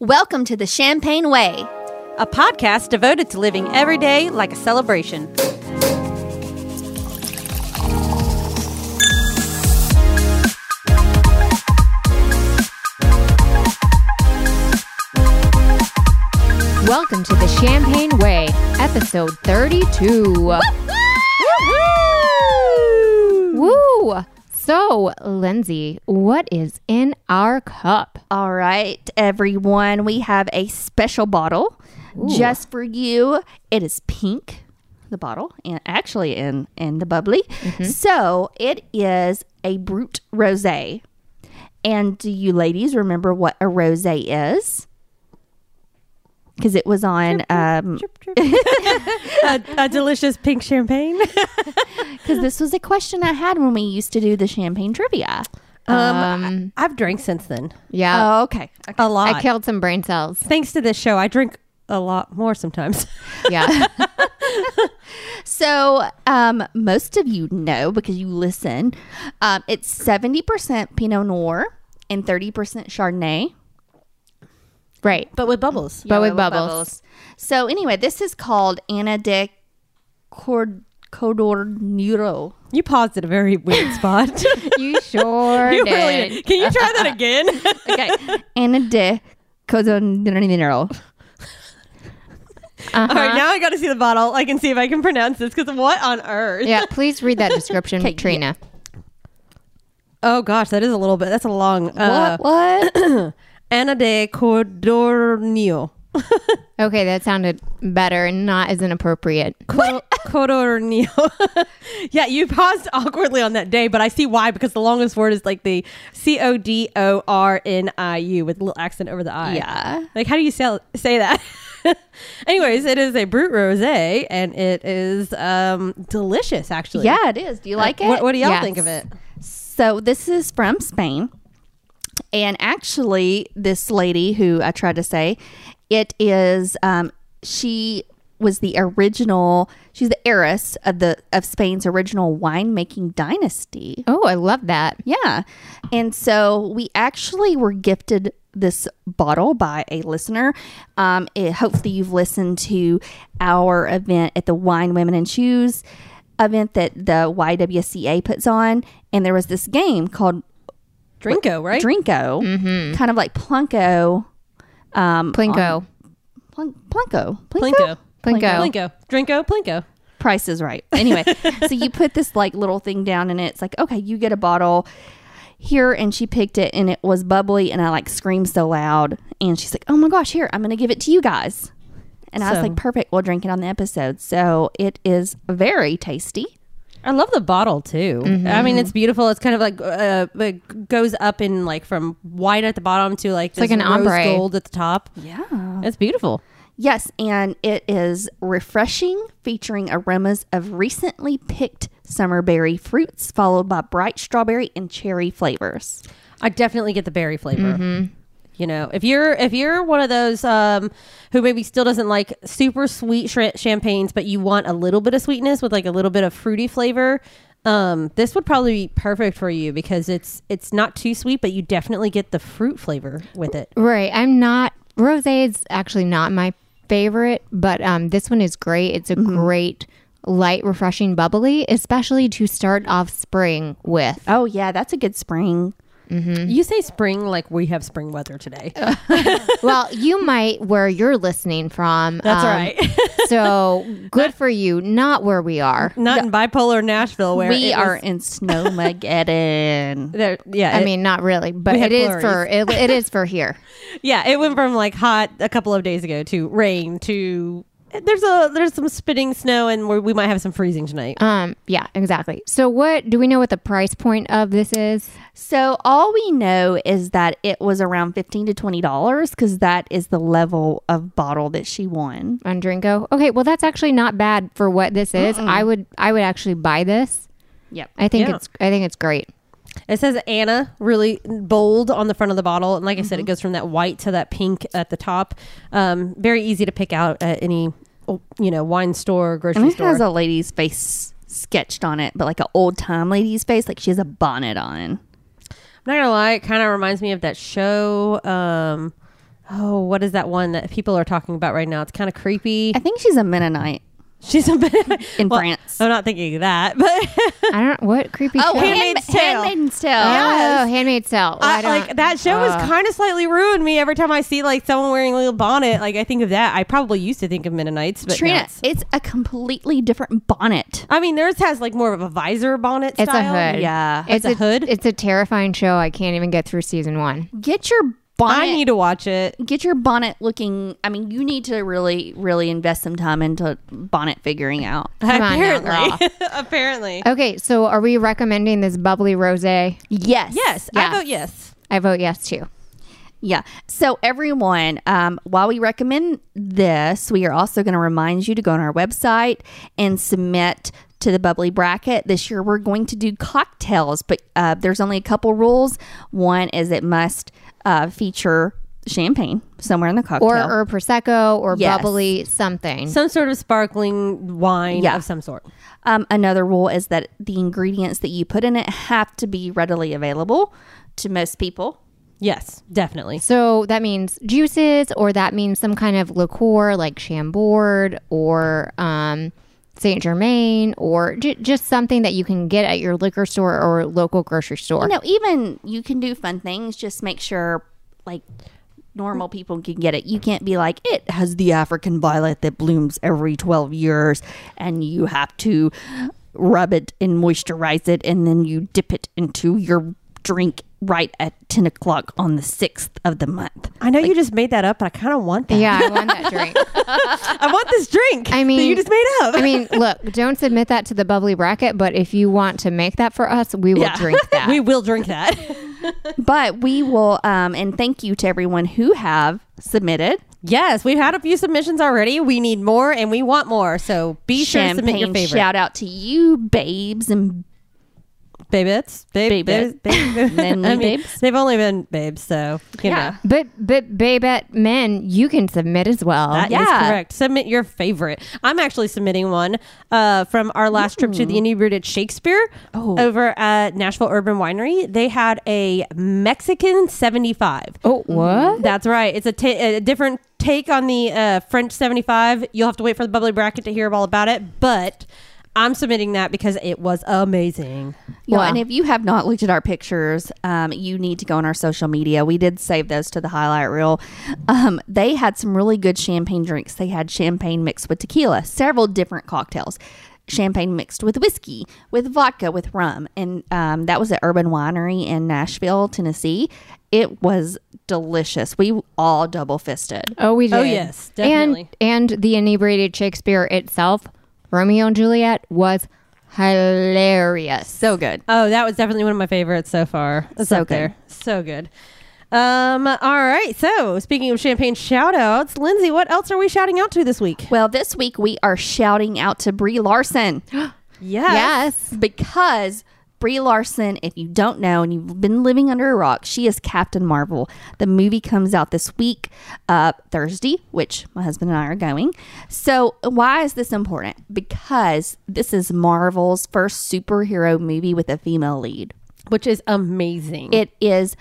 Welcome to the Champagne Way. a podcast devoted to living every day like a celebration. Welcome to the Champagne Way, episode 32. Woo! So, Lindsay, what is in our cup? All right, everyone, we have a special bottle just for you. It is pink, the bottle, and actually in in the bubbly. So it is a brut rosé. And do you ladies remember what a rosé is? Because it was on um, a, a delicious pink champagne. Because this was a question I had when we used to do the champagne trivia. Um, I've drank since then Yeah, oh, okay. a lot. Uh, I killed some brain cells. Thanks to this show, I drink a lot more sometimes. Yeah. So, um, most of you know because you listen. Um, it's seventy percent Pinot Noir and thirty percent Chardonnay, right. but with bubbles. But with bubbles. So, anyway, this is called Anna de Cord- Codorniro. You paused at a very weird spot. You sure you did. really Can you try that again? Okay, Anna de Codorniro. All right, now I got to see the bottle. I can see if I can pronounce this because what on earth? Yeah, please read that description, Trina. Oh gosh, that is a little bit. That's a long. Uh, what? What? Ana de Codornio. Okay, that sounded better and not as inappropriate. Codornio. yeah, you paused awkwardly on that day, but I see why because the longest word is like the C O D O R N I U with a little accent over the I. Yeah. Like, how do you say, say that? Anyways, it is a Brut Rosé and it is um, delicious, actually. yeah, it is. Do you like it? Uh, What, what do y'all Yes. think of it? So this is from Spain. And actually, this lady who I tried to say, it is um, she was the original. She's the heiress of the of Spain's original winemaking dynasty. Oh, I love that. Yeah, and so we actually were gifted this bottle by a listener. Um, it, hopefully, you've listened to our event at the Wine Women and Shoes event that the YWCA puts on, and there was this game called Drinko, right? Drinko, kind of like Plunko, um, Plinko. Plun- Plunko, Plinko. Plinko. Plinko. Drinko, Plinko. Price is right. Anyway, so you put this like little thing down, and it's like, okay, you get a bottle here, and she picked it, and it was bubbly, and I like screamed so loud, and she's like, oh my gosh, here, I'm gonna give it to you guys, and I was So- like, perfect, we'll drink it on the episode. So it is very tasty. I love the bottle too. I Mm-hmm. mean, it's beautiful. It's kind of like uh, like goes up in like from white at the bottom to like like this an rose ombre. gold at the top. Yeah. It's beautiful. Yes, and it is refreshing, featuring aromas of recently picked summer berry fruits, followed by bright strawberry and cherry flavors. I definitely get the berry flavor. Mm-hmm. You know, if you're if you're one of those um, who maybe still doesn't like super sweet sh- champagnes, but you want a little bit of sweetness with like a little bit of fruity flavor, um, this would probably be perfect for you because it's it's not too sweet, but you definitely get the fruit flavor with it. Right. I'm not rose is actually not my favorite, but um this one is great. It's a Mm-hmm. great light, refreshing bubbly, especially to start off spring with. Oh, yeah, that's a good spring. Mm-hmm. You say spring like we have spring weather today. well, you might where you're listening from. That's um, right. so good for you, not where we are. not in bipolar Nashville where we it are was- in Snowmageddon. there, yeah. I it- mean, not really, but We had it is flurries. for it, it is for here. yeah, it went from like hot a couple of days ago to rain to there's a there's some spitting snow and we're, we might have some freezing tonight. Uh. Um, yeah, exactly. So, what do we know? What the price point of this is? so, all we know is that it was around 15 to $20 because that is the level of bottle that she won. on Drinko. Okay, well that's actually not bad for what this is. I would I would actually buy this. Yep. I think Yeah. it's I think it's great. It says Anna really bold on the front of the bottle, and like I said, Mm-hmm. it goes from that white to that pink at the top. Um, very easy to pick out at any oh, you know wine store, grocery And it store. has a lady's face sketched on it, but like an old time lady's face, like she has a bonnet on. I'm not gonna lie, it kind of reminds me of that show. Um, Oh, what is that one that people are talking about right now? It's kind of creepy. I think she's a Mennonite. She's a bit In well, France. I'm not thinking of that, but I don't what creepy. show? Oh, Handmaid's Tale. Handmaid's Tale. Oh, Handmaid's Tale. I, I don't- uh. like that show was kind of slightly ruined me every time I see like someone wearing a little bonnet. Like I think of that. I probably used to think of Mennonites, but Trina, now it's, it's- a completely different bonnet. I mean, theirs has like more of a visor bonnet it's style. a hood. Yeah. it's, It's a hood? Mm. It's a terrifying show. I can't even get through season one. Get your bonnet. I need to watch it. get your bonnet looking. I mean, you need to really, really invest some time into bonnet figuring out. Come on Uh, now, apparently, apparently, Okay, so are we recommending this bubbly rose? I Yes. yes. Yes. I vote yes. vote yes too. Yeah. So, everyone, um, while we recommend this, we are also going to remind you to go on our website and submit to the bubbly bracket. This year, we're going to do cocktails, but uh, there's only a couple rules. One is it must uh, feature champagne somewhere in the cocktail. Or or prosecco or Yes. bubbly something. Some sort of sparkling wine Yeah. of some sort. Um, another rule is that the ingredients that you put in it have to be readily available to most people. Yes, definitely. so that means juices, or that means some kind of liqueur like Chambord or um, Saint Germain, or j- just something that you can get at your liquor store or local grocery store. You know, even you can do fun things. Just make sure, like, normal people can get it. You can't be like, it has the African violet that blooms every 12 years, and you have to rub it and moisturize it, and then you dip it into your drink right at 10 o'clock on the 6th of the month. I know you just made that up, but I kind of want that. Yeah, I want that drink. I want this drink. I that mean, you just made up. I mean, look, don't submit that to the bubbly bracket, but if you want to make that for us, we will drink that. we will drink that. But we will, um, and thank you to everyone who have submitted. yes, we've had a few submissions already. We need more, and we want more. So be sure to submit your champagne favorite. shout out to you babes and Babettes, babe, Babette. babes, babe, Manly I Mm, mean, babes. They've only been babes, so you Yeah. know. But but babette men, you can submit as well. that is Yeah. correct. Submit your favorite. I'm actually submitting one uh, from our last trip to the Inebriated Shakespeare Oh. over at Nashville Urban Winery. They had a Mexican 75. oh what? That's right. It's a ta- a different take on the uh, French 75. You'll have to wait for the bubbly bracket to hear all about it, but I'm submitting that because it was amazing. Well, Yeah. and if you have not looked at our pictures, um, you need to go on our social media. We did save those to the highlight reel. Um, they had some really good champagne drinks. They had champagne mixed with tequila, several different cocktails, champagne mixed with whiskey, with vodka, with rum. And um, that was at Urban Winery in Nashville, Tennessee. It was delicious. We all double fisted. Oh we did. Oh, yes, definitely. And and the inebriated Shakespeare itself, Romeo and Juliet, was hilarious. So good. Oh, that was definitely one of my favorites so far. It's So up there. So good. Um, all right. So speaking of champagne shout outs, Lindsay, what else are we shouting out to this week? Well, this week we are shouting out to Brie Larson Yes. because Brie Larson, if you don't know and you've been living under a rock, she is Captain Marvel. The movie comes out this week, uh, Thursday, which my husband and I are going. So, why is this important? Because this is Marvel's first superhero movie with a female lead. Which is amazing. It is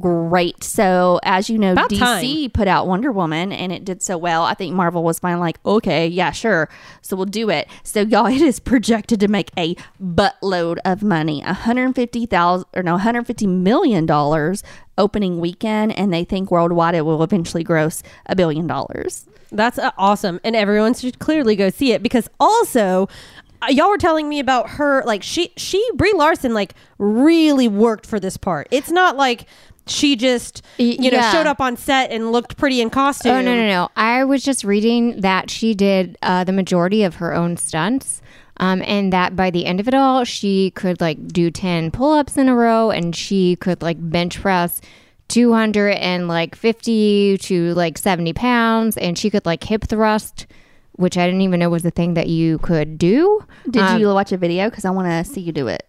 great. So, as you know, About DC put out Wonder Woman and it did so well. I think Marvel was finally like, okay, yeah, sure. So we'll do it. So, y'all, it is projected to make a buttload of money 150000 or no, $150 million opening weekend. And they think worldwide it will eventually gross a billion dollars. That's uh, awesome, and everyone should clearly go see it because also. uh, Y'all were telling me about her, like she, she Brie Larson, like really worked for this part. It's not like she just, Y- you know, yeah. showed up on set and looked pretty in costume. Oh no no no! I was just reading that she did uh, the majority of her own stunts, um, and that by the end of it all, she could like do ten pull-ups in a row, and she could like bench press two hundred and like fifty to like seventy pounds, and she could like hip thrust, which I didn't even know was a thing that you could do. Um, Did you watch a video? Because I want to see you do it.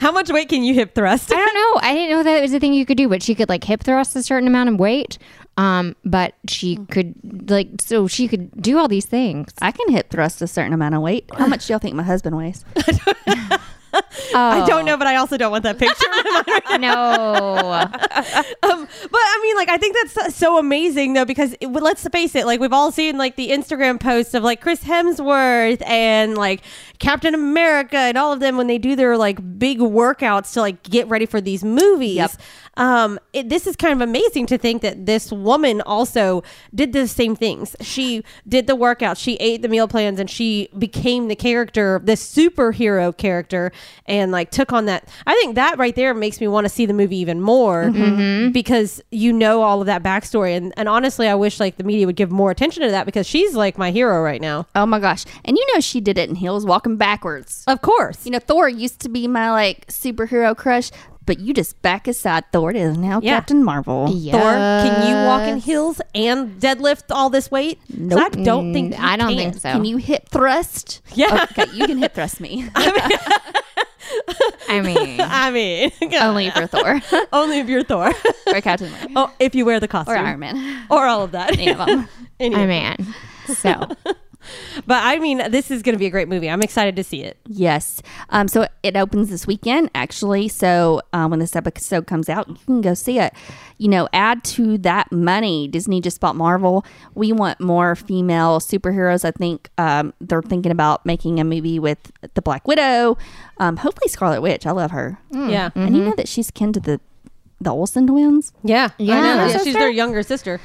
How much weight can you hip thrust? I don't know. I didn't know that was a thing you could do, but she could like hip thrust a certain amount of weight. Um, but she Mm. could like so she could do all these things. I can hip thrust a certain amount of weight. How much do y'all think my husband weighs? I don't know, but I also don't want that picture. No. um, but I mean, like, I think that's so amazing though, because it, well, let's face it, like, we've all seen like the Instagram posts of like Chris Hemsworth and like Captain America and all of them when they do their like big workouts to like get ready for these movies. Yep. Um, it, this is kind of amazing to think that this woman also did the same things. She did the workout, she ate the meal plans, and she became the character, the superhero character, and like took on that. I think that right there makes me want to see the movie even more because you know all of that backstory. And, and honestly, I wish like the media would give more attention to that because she's like my hero right now. Oh my gosh. And you know she did it in heels walking backwards. Of course. You know, Thor used to be my like superhero crush, but you just back aside. Thor is now Yeah. Captain Marvel. Yeah. Thor, can you walk in heels and deadlift all this weight? 'Cause I don't think Mm, you I don't can. think so. Can you hip thrust? Yeah. Okay, you can hip thrust me. I mean, I mean, Only for Thor only if you're Thor. or Captain Marvel Oh, if you wear the costume or Iron Man. Or all of that. Any of 'em. Any I of mean. So, it. but I mean, this is going to be a great movie. I'm excited to see it. Yes. Um, so it opens this weekend, actually. So um, when this episode comes out, you can go see it. You know, add to that money. Disney just bought Marvel. We want more female superheroes. I think um, they're thinking about making a movie with the Black Widow. Um, hopefully, Scarlet Witch. I love her. Yeah. And you know that she's kin to the the Olsen twins. Yeah. Yeah. I know. Yeah. She's their younger sister.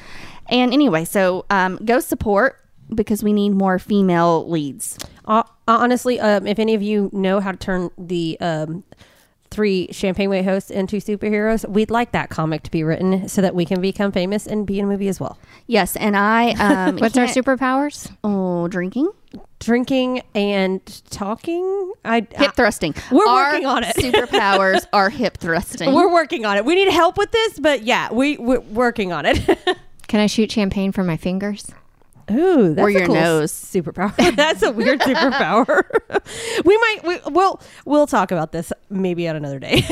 And anyway, so um, go support because we need more female leads. Uh, honestly, um, if any of you know how to turn the um, three Champagne Way hosts into superheroes, we'd like that comic to be written so that we can become famous and be in a movie as well. Yes, and I. Um, what's our can't- superpowers? Oh, drinking. Drinking and talking. I, hip thrusting. Uh, We're working on it. superpowers are hip thrusting. I- we're working on it. We need help with this, but yeah, we, we're working on it. Can I shoot champagne from my fingers? Ooh, that's Or a your cool nose. superpower. that's a weird superpower. we might we, we'll we'll talk about this maybe on another day.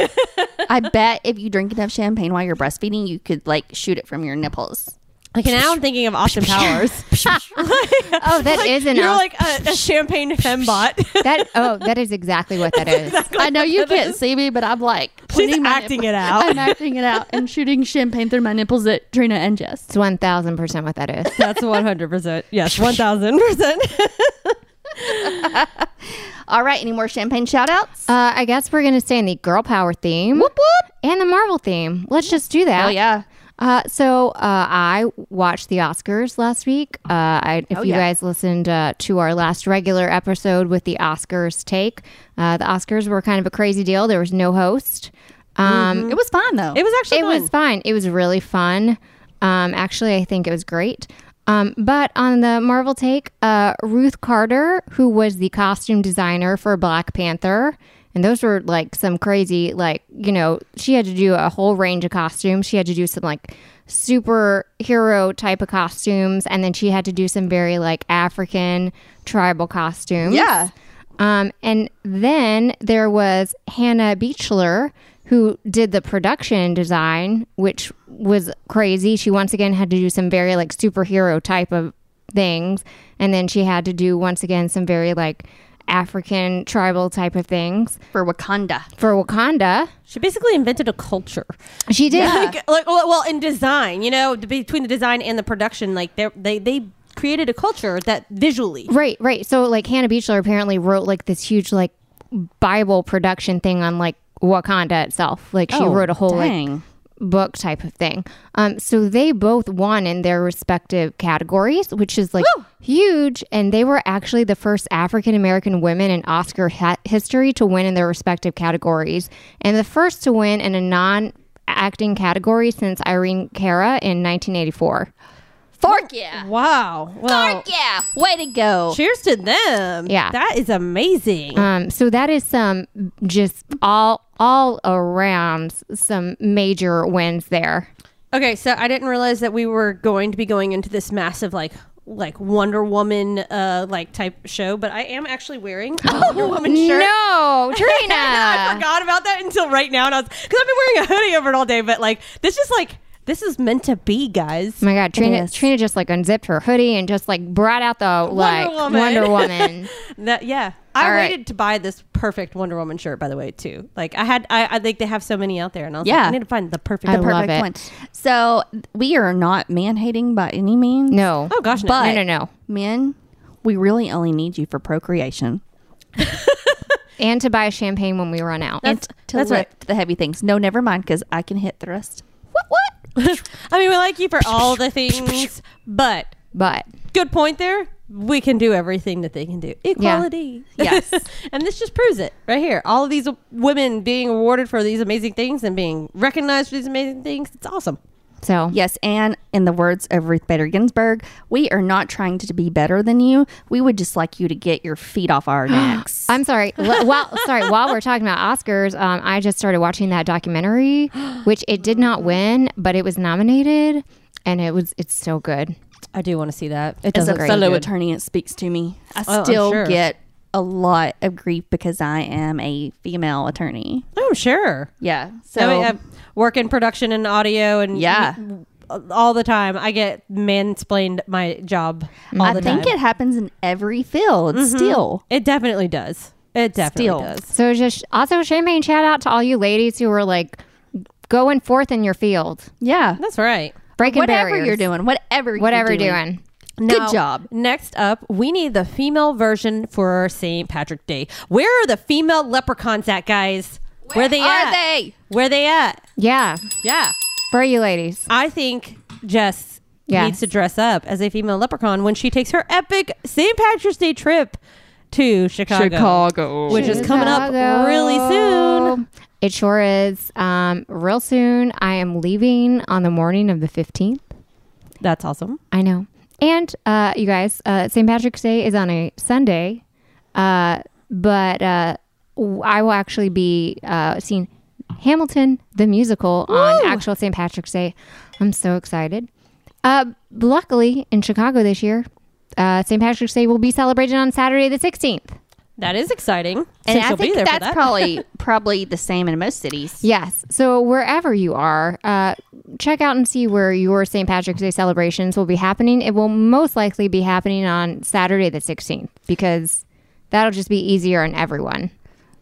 I bet if you drink enough champagne while you're breastfeeding, you could like shoot it from your nipples. like now, I'm thinking of Austin Powers. Oh, that is an You're al- like a, a champagne fembot. that. Oh, that is exactly what that is. I know you can't see me, but I'm like She's pointing my acting nipple- it out. I'm acting it out and shooting champagne through my nipples at Trina and Jess. It's one thousand percent what that is. That's 100. percent Yes, 1,000 percent. All right, any more champagne shout outs? Uh, I guess we're gonna stay in the girl power theme whoop whoop. and the Marvel theme. Let's just do that. Oh yeah. Uh, so uh, I watched the Oscars last week. Uh, I, if you yeah. guys listened uh, to our last regular episode with the Oscars take, uh, the Oscars were kind of a crazy deal. There was no host. Um, It was fine though. It was actually it was fine. It was really fun. Um, actually, I think it was great. Um, but on the Marvel take, uh, Ruth Carter, who was the costume designer for Black Panther, and those were like some crazy, like, you know, she had to do a whole range of costumes. She had to do some like superhero type of costumes, and then she had to do some very like African tribal costumes. Yeah. Um, and then there was Hannah Beechler, who did the production design, which was crazy. She once again had to do some very like superhero type of things. And then she had to do once again some very like African tribal type of things for Wakanda. for Wakanda. She basically invented a culture. She did. Like, like well, well, in design, you know, between the design and the production, like they they they created a culture that visually. Right, right. So like Hannah Beechler apparently wrote like this huge like Bible production thing on like Wakanda itself. Like Oh, she wrote a whole like dang. book type of thing. Um, so they both won in their respective categories, which is like huge. And they were actually the first African American women in Oscar ha- history to win in their respective categories, and the first to win in a non acting category since Irene Cara in 1984. Fork yeah. Wow. Well, Fork yeah. Way to go. cheers to them. Yeah. that is amazing. Um, so that is some just all all around some major wins there. Okay, so I didn't realize that we were going to be going into this massive like like Wonder Woman uh like type show, but I am actually wearing a Wonder Woman shirt. No, I Trina. forgot about that until right now, and I was because I've been wearing a hoodie over it all day. But like, this is like this is meant to be, guys. Oh my God, Trina! is. Trina just like unzipped her hoodie and just like brought out the like Woman. Wonder Woman. That yeah, I All right. waited to buy this perfect Wonder Woman shirt, by the way, too. Like I had, I, I think they have so many out there, and I was Yeah. like, I need to find the perfect. I the love perfect. Perfect it. one. So we are not man hating by any means. No. Oh gosh, no. But- No, no, no. Men, we really only need you for procreation And to buy champagne when we run out. and to that's lift right. the heavy things. No, never mind, because I can hit thrust. What? What? I mean, we like you for all the things, but but good point there. We can do everything that they can do. Equality. Yes. and this just proves it right here. All of these women being awarded for these amazing things and being recognized for these amazing things. It's awesome. so Yes, and in the words of Ruth Bader Ginsburg, we are not trying to be better than you. We would just like you to get your feet off our necks. I'm sorry. L- while sorry, while we're talking about Oscars, um, I just started watching that documentary, which it did not win, but it was nominated, and it was it's so good. I do want to see that. It As doesn't a fellow good. attorney, it speaks to me. I Oh, I'm still sure. get a lot of grief because I am a female attorney. Oh, sure. Yeah. So I mean, I work in production and audio and Yeah. all the time. I get mansplained my job all I the think time. it happens in every field still. It definitely does. It definitely Still. does. So just also champagne shout out to all you ladies who were like going forth in your field, Yeah. That's right. breaking Whatever barriers, you're doing, whatever you're whatever doing. you're doing. Good job. Next up, we need the female version for St. Patrick's Day. Where are the female leprechauns at, guys? Where, they are at? they? Where they at? Yeah, Yeah. for you ladies. I think Jess Yes. needs to dress up as a female leprechaun when she takes her epic St. Patrick's Day trip to Chicago. Which is coming up Chicago. really soon. It sure is. Um, real soon, I am leaving on the morning of the fifteenth. That's awesome. I know. And uh, you guys, uh, St. Patrick's Day is on a Sunday, uh, but uh, w- I will actually be uh, seeing Hamilton the musical on actual St. Patrick's Day. I'm so excited. Uh, luckily, in Chicago this year, uh, St. Patrick's Day will be celebrated on Saturday the 16th. That is exciting. And Since I you'll think be there that's for that. probably probably the same in most cities. Yes. So wherever you are, uh, check out and see where your St. Patrick's Day celebrations will be happening. It will most likely be happening on Saturday the 16th because that'll just be easier on everyone.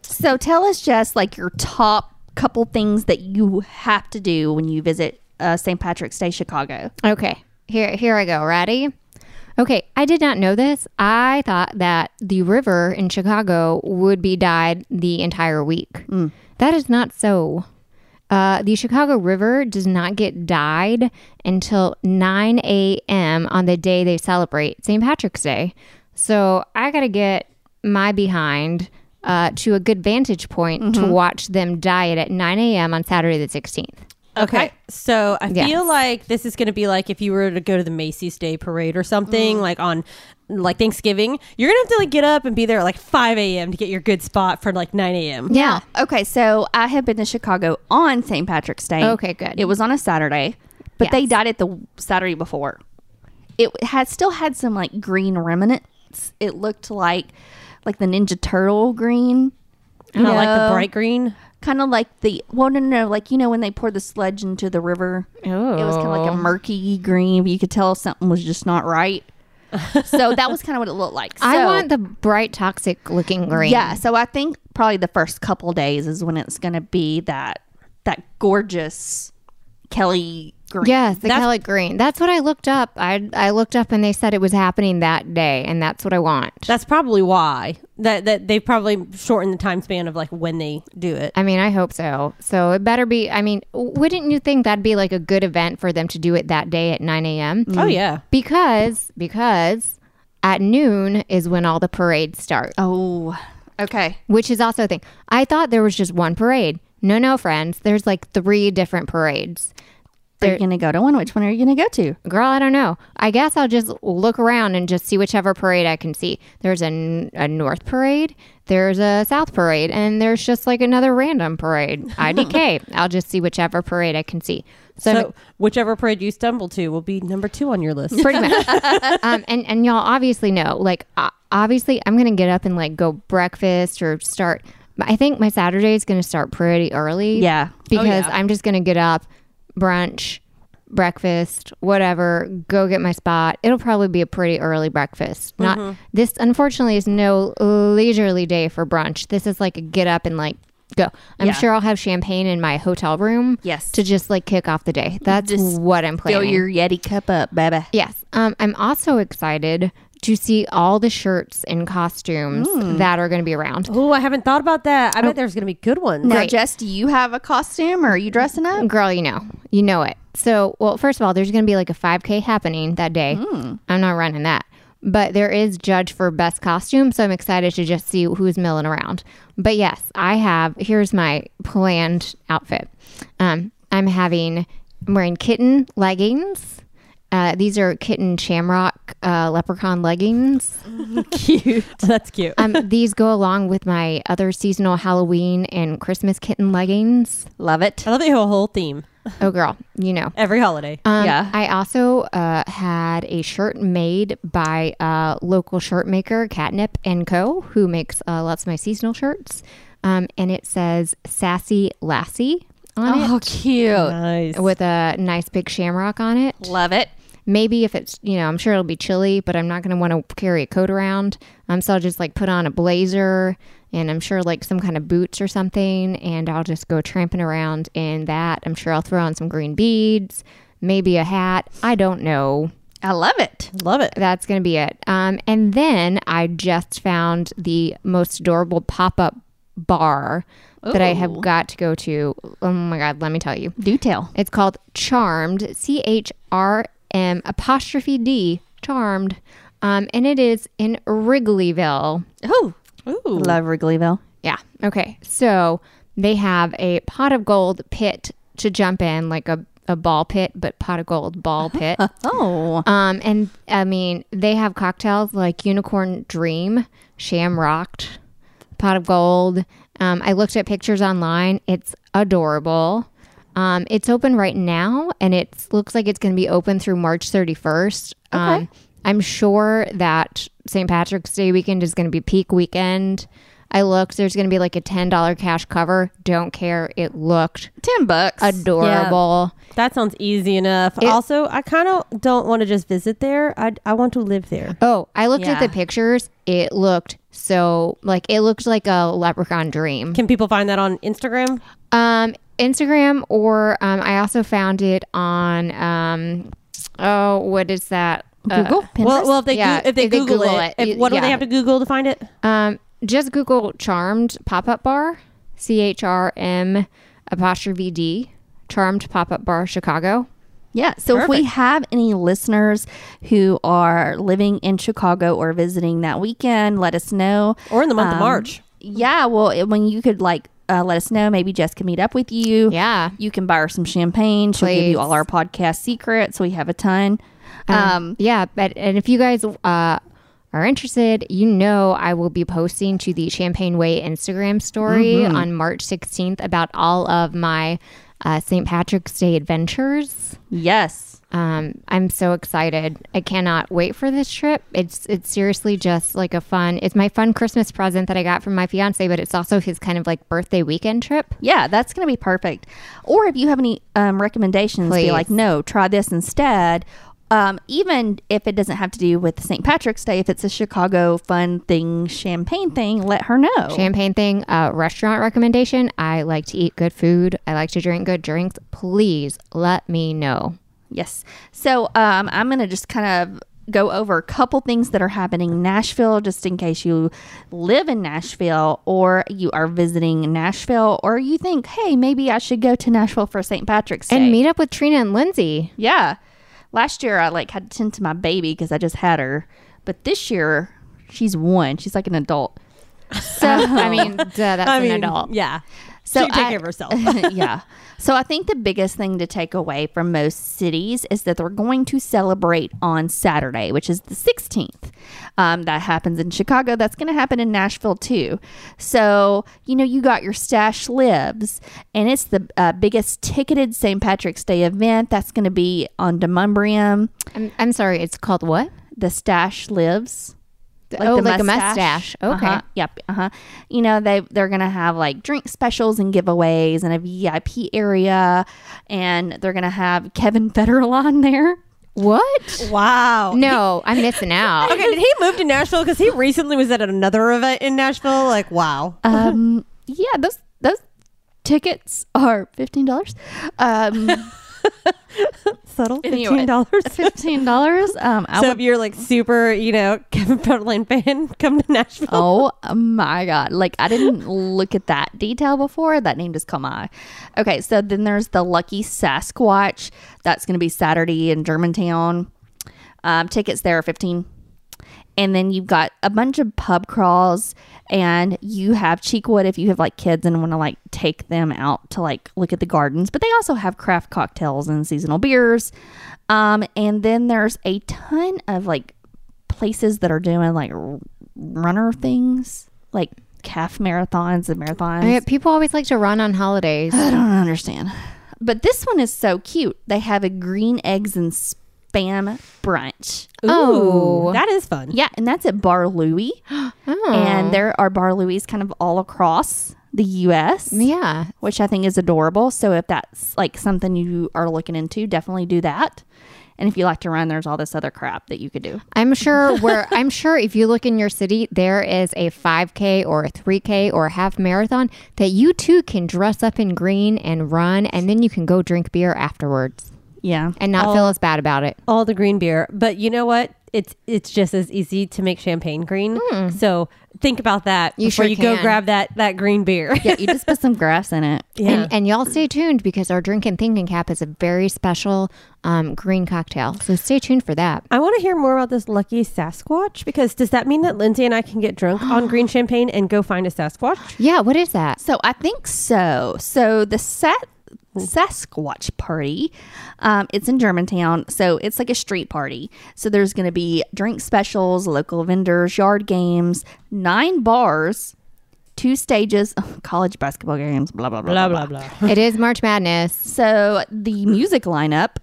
So tell us, Jess, like your top couple things that you have to do when you visit uh, St. Patrick's Day, Chicago. Okay. Here here I go. Ready? Okay, I did not know this. I thought that the river in Chicago would be dyed the entire week. That is not so. Uh, the Chicago River does not get dyed until 9 a.m. on the day they celebrate St. Patrick's Day. So I got to get my behind uh, to a good vantage point to watch them dye it at 9 a.m. on Saturday the 16th. Okay. So I Yes. feel like this is going to be like if you were to go to the Macy's Day Parade or something, like on like Thanksgiving, you're going to have to like get up and be there at like 5 a.m. to get your good spot for like 9 a.m. Yeah. Okay, so I have been to Chicago on St. Patrick's Day. Okay, good. It was on a Saturday, but they Yes. dyed it the Saturday before. It had still had some like green remnants. It looked like like the Ninja Turtle green. Not like the No. bright green. kind of like the well no no no, like you know when they poured the sledge into the river it was kind of like a Oh. murky green but you could tell something was just not right so that was kind of what it looked like so, I want the bright, toxic looking green. yeah so i think probably the first couple days is when it's going to be that that gorgeous kelly green Yes, the That's- Kelly green. That's what I looked up. I I looked up and they said it was happening that day, and that's what I want. That's probably why that that they probably shortened the time span of like when they do it. I mean, I hope so. So it better be. I mean, wouldn't you think that'd be like a good event for them to do it that day at 9 a.m.? Mm. Oh yeah. Because because at noon is when all the parades start, oh okay which is also a thing. I thought there was just one parade. No, no, friends. There's like three different parades. are you going to go to one which one are you going to go to girl i don't know i guess i'll just look around and just see whichever parade i can see there's a, n- a north parade there's a south parade and there's just like another random parade idk i'll just see whichever parade i can see so, So whichever parade you stumble to will be number two on your list. pretty much um, and and y'all obviously know like uh, obviously i'm gonna get up and like go breakfast or start i think my saturday is gonna start pretty early Yeah. Oh, because i'm just gonna get up brunch breakfast, whatever, go get my spot. It'll probably be a pretty early breakfast. Not Mm-hmm. this unfortunately is no leisurely day for brunch. This is like a get up and like go. I'm Yeah. sure I'll have champagne in my hotel room. Yes. To just like kick off the day. That's Just what I'm planning. Fill your Yeti cup up, baby. Yes. Um, I'm also excited to see all the shirts and costumes Mm. that are going to be around. Oh, I haven't thought about that. I bet there's gonna be good ones. Now, Great. Jess, do you have a costume or are you dressing up? Girl, you know, you know it. So, well, first of all, there's going to be like a 5K happening that day. I'm not running that. But there is judge for best costume, so I'm excited to just see who's milling around. But yes, I have. Here's my planned outfit. Um, I'm having. I'm wearing kitten leggings. Uh, these are kitten shamrock uh, leprechaun leggings. Cute. That's cute. Um, these go along with my other seasonal Halloween and Christmas kitten leggings. Love it. I love that you have a whole theme Oh, girl, you know. every holiday. Um, Yeah. I also uh, had a shirt made by uh, local shirt maker Catnip and Co., who makes uh, lots of my seasonal shirts, um, and it says "Sassy Lassie" on Oh, cute. nice. it with a nice big shamrock on it. Love it. Maybe if it's you know, I'm sure it'll be chilly, but I'm not going to want to carry a coat around. Um, so I'll just like put on a blazer and I'm sure like some kind of boots or something, and I'll just go tramping around in that. I'm sure I'll throw on some green beads, maybe a hat. I don't know. I love it. love it. That's going to be it. Um, and then I just found the most adorable pop up bar that I have got to go to. Oh my God, let me tell you. Do tell. It's called Charmed, C H R M apostrophe D, Charmed. Um, and it is in Wrigleyville. Ooh. Ooh. Love Wrigleyville. Yeah. Okay. So they have a pot of gold pit to jump in, like a, a ball pit, but pot of gold ball pit. Oh. Um, and I mean, they have cocktails like Unicorn Dream, Shamrocked, Pot of Gold. Um, I looked at pictures online. It's adorable. Um, it's open right now, and it looks like it's going to be open through March 31st. Um, I'm sure that St. Patrick's Day weekend is going to be peak weekend. I looked. There's going to be like a $10 cash cover. Don't care. It looked 10 bucks. adorable. That sounds easy enough. also, I kind of don't want to just visit there. I, I want to live there. Oh, I looked at Yeah. the pictures. It looked so like it looked like a leprechaun dream. Can people find that on Instagram? Um, Instagram or um, I also found it on um, oh, what is that? Uh, Google. Pinterest. Well, well, if they Yeah, goo- if they Google, it, if- you- what yeah. do they have to Google to find it? um, just Google charmed pop up bar, C H R M apostrophe D, charmed pop up bar Chicago. Yeah. So if we Perfect. have any listeners who are living in Chicago or visiting that weekend, let us know. Or in the month of March. Yeah. Well, it, when you could like uh, let us know, maybe Jess can meet up with you. Yeah. You can buy her some champagne. She'll give Please. you all our podcast secrets. We have a ton. Um, yeah but and if you guys uh are interested you know i will be posting to the champagne way instagram story on march 16th about all of my uh, st patrick's day adventures yes. um, i'm so excited i cannot wait for this trip it's it's seriously just like a fun it's my fun christmas present that i got from my fiance but it's also his kind of like birthday weekend trip Yeah, that's going to be perfect. Or if you have any um, recommendations, Please. be like, no, try this instead. Um, even if it doesn't have to do with St. Patrick's Day, if it's a Chicago fun thing, champagne thing, let her know. champagne thing uh, restaurant recommendation i like to eat good food i like to drink good drinks please let me know Yes. So um, I'm going to just kind of go over a couple things that are happening in Nashville, just in case you live in Nashville or you are visiting Nashville or you think, hey, maybe I should go to Nashville for St. Patrick's Day. and meet up with Trina and Lindsay. Yeah. Last year I like had to tend to my baby because I just had her, but this year she's one. She's like an adult. So I mean, duh, that's I an mean, adult. yeah. So she can take I- care of herself. yeah. So I think the biggest thing to take away from most cities is that they're going to celebrate on Saturday, which is the 16th. Um, that happens in Chicago. That's going to happen in Nashville too. So, you know, you got your Stash Lives, and it's the uh, biggest ticketed St. Patrick's Day event. That's going to be on Demumbrium. I'm, I'm sorry. It's called what? The Stash Lives. Like Oh, the like a mustache. mustache. Okay. Uh-huh. Yep. Uh huh. You know they they're gonna have like drink specials and giveaways and a VIP area, and they're gonna have Kevin Federline there. What? Wow. No, I'm missing out. Okay, did he move to Nashville? Because he recently was at another event in Nashville. Like, wow. Um, yeah, those those tickets are fifteen dollars. Um, Subtle. anyway, Fifteen dollars. Fifteen dollars. Um, I So would. if you're like super, you know, Kevin Federline fan, come to Nashville. Oh my god! Like I didn't look at that detail before. That name just caught my eye. Okay, so then there's the Lucky Sasquatch. That's going to be Saturday in Germantown. Um, tickets there are fifteen. And then you've got a bunch of pub crawls, and you have Cheekwood if you have like kids and want to like take them out to like look at the gardens. But they also have craft cocktails and seasonal beers. Um, and then there's a ton of like places that are doing like r- runner things, like calf marathons and marathons. Yeah, people always like to run on holidays. I don't understand. But this one is so cute. They have a green eggs and spam brunch. Oh. that is fun. Yeah, and that's at Bar Louie. And there are Bar Louie's kind of all across the US, Yeah. which I think is adorable. So if that's like something you are looking into, definitely do that. And if you like to run, there's all this other crap that you could do. I'm sure where I'm sure if you look in your city, there is a 5K or a 3K or a half marathon that you too can dress up in green and run, and then you can go drink beer afterwards Yeah. and not feel as bad about it. All the green beer, but you know what? It's it's just as easy to make champagne green. Hmm. So think about that You before sure you go can. grab that that green beer. yeah, you just put some grass in it. And, and y'all stay tuned because our drink and thinking cap is a very special um, green cocktail. So stay tuned for that. I want to hear more about this lucky Sasquatch because does that mean that Lindsay and I can get drunk on green champagne and go find a Sasquatch? Yeah, what is that? So I think so. So the Sat Hmm. Sasquatch party, um, it's in Germantown. So it's like a street party. So there's going to be drink specials, local vendors, yard games, nine bars, two stages, college basketball games, blah blah blah blah blah. blah. it is March Madness. So the music lineup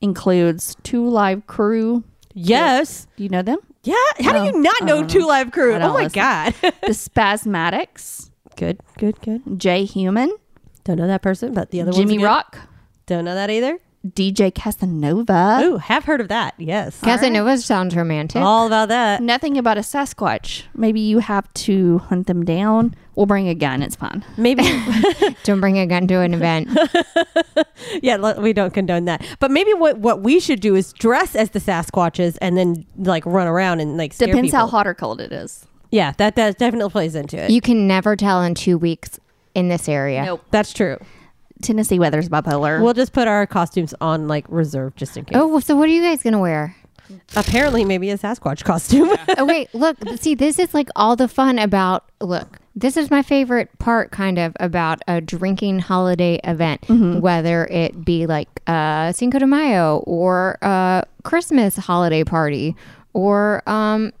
includes Two Live Crew. Yes. Do you know them? Yeah. How do you not know Two Live Crew? I Oh don't my listen. god. the Spasmatics, good. Good. Good. Jay Human, Don't know that person, but the other one's Jimmy good. Rock, Don't know that either. DJ Casanova. Oh, have heard of that? Yes. Casanova sounds romantic. All about that. nothing about a Sasquatch. Maybe you have to hunt them down. We'll bring a gun. It's fine. Maybe, Don't bring a gun to an event. yeah, le- we don't condone that. But maybe what what we should do is dress as the Sasquatches and then like run around and like scare Depends people. how hot or cold it is. Yeah, that that definitely plays into it. You can never tell in two weeks in this area. Nope. That's true. Tennessee weather's bipolar. We'll just put our costumes on like reserve just in case. Oh, well, so what are you guys gonna wear? Apparently, maybe a Sasquatch costume. oh wait, look, see, this is like all the fun about. Look, this is my favorite part, kind of about a drinking holiday event, whether it be like uh, Cinco de Mayo or a Christmas holiday party or um,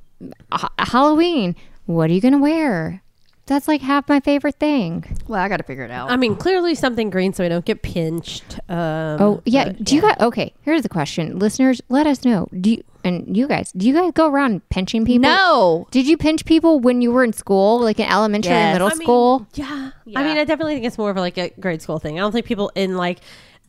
ha- Halloween. What are you gonna wear? That's like half my favorite thing. well, I got to figure it out. I mean, clearly something green so we don't get pinched. Um, Oh yeah, do you guys? Okay, here's the question, listeners. Let us know. Do you and you guys? Do you guys go around pinching people? no. Did you pinch people when you were in school, like in elementary Yes. and middle I mean, school? yeah. I mean, I definitely think it's more of like a grade school thing. I don't think people in like.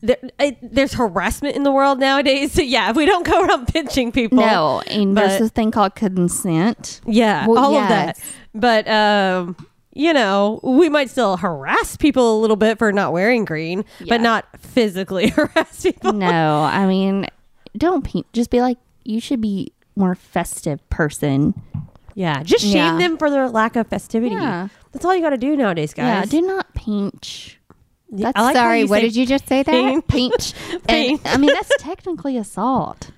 There, it, there's harassment in the world nowadays. So yeah, if we don't go around pinching people, No. And but- there's this thing called consent. Yeah, Well, all yes. of that. But um, you know, we might still harass people a little bit for not wearing green, Yeah. but not physically harass people. No. I mean, don't pe- just be like you should be more festive person. Yeah, just shame Yeah. them for their lack of festivity. Yeah. That's all you got to do nowadays, Yeah. guys. Do not pinch. That's I like how Sorry, you what say did you just say? That pain- pinch. And, Pinch. I mean, that's technically assault.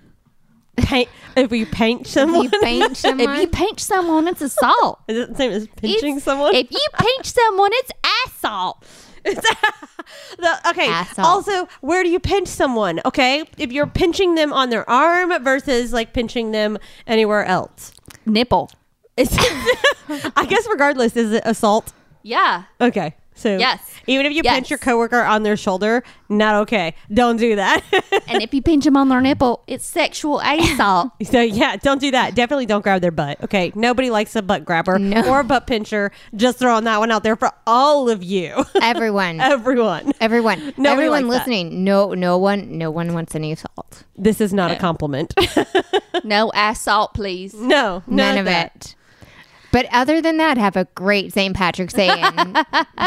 paint. If we paint someone, you paint someone. If you pinch someone, it's assault. is it the same as pinching It's- someone? If you pinch someone, it's assault. The- okay. Assault. Also, where do you pinch someone? Okay, if you're pinching them on their arm versus like pinching them anywhere else. Nipple. It's- I guess regardless, is it assault? Yeah. Okay. So Yes. even if you Yes. pinch your coworker on their shoulder, not okay. Don't do that. and if you pinch them on their nipple, it's sexual assault. so yeah, don't do that. Definitely don't grab their butt. Okay, nobody likes a butt grabber No. or a butt pincher. Just throwing that one out there for all of you, Everyone. everyone. Everyone, Nobody everyone likes that. listening, no, no one, no one wants any assault. This is Eh. not a compliment. no assault, please. no, None of it. But other than that, have a great St. Patrick's Day and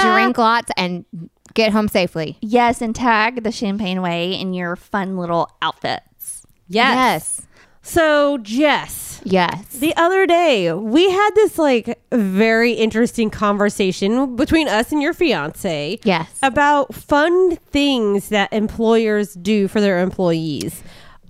drink lots and get home safely. Yes, and tag the champagne way in your fun little outfits. Yes, So Jess, yes, The other day, we had this like very interesting conversation between us and your fiance. Yes. About fun things that employers do for their employees,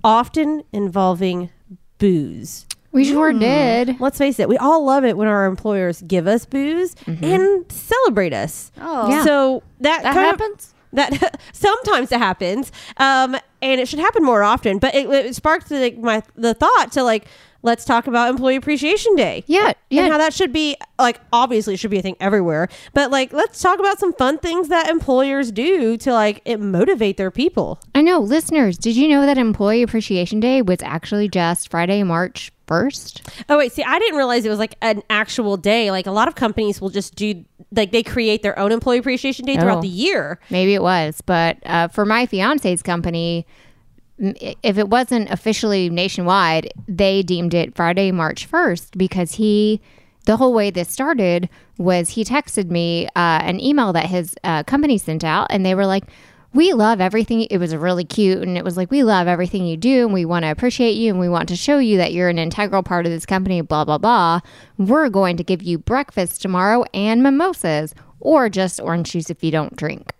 often involving booze. we sure did. Let's face it, we all love it when our employers give us booze Mm-hmm. and celebrate us. Oh. Yeah. So that, That kind of- happens? that sometimes it happens, um, and it should happen more often. But it, it sparked like my the thought to like let's talk about Employee Appreciation Day. Yeah, yeah. And how that should be like obviously it should be a thing everywhere, but like let's talk about some fun things that employers do to like it motivate their people. I know, listeners. Did you know that Employee Appreciation Day was actually just Friday, March first? Oh wait, see, I didn't realize it was like an actual day. Like a lot of companies will just do like they create their own Employee Appreciation Day throughout Oh. the year. Maybe it was, but uh, for my fiance's company, m- if it wasn't officially nationwide, they deemed it Friday, March 1st because he, the whole way this started was he texted me uh, an email that his uh, company sent out, and they were like, we love everything. It was really cute. And it was like, we love everything you do and we want to appreciate you and we want to show you that you're an integral part of this company, blah, blah, blah. We're going to give you breakfast tomorrow and mimosas or just orange juice if you don't drink.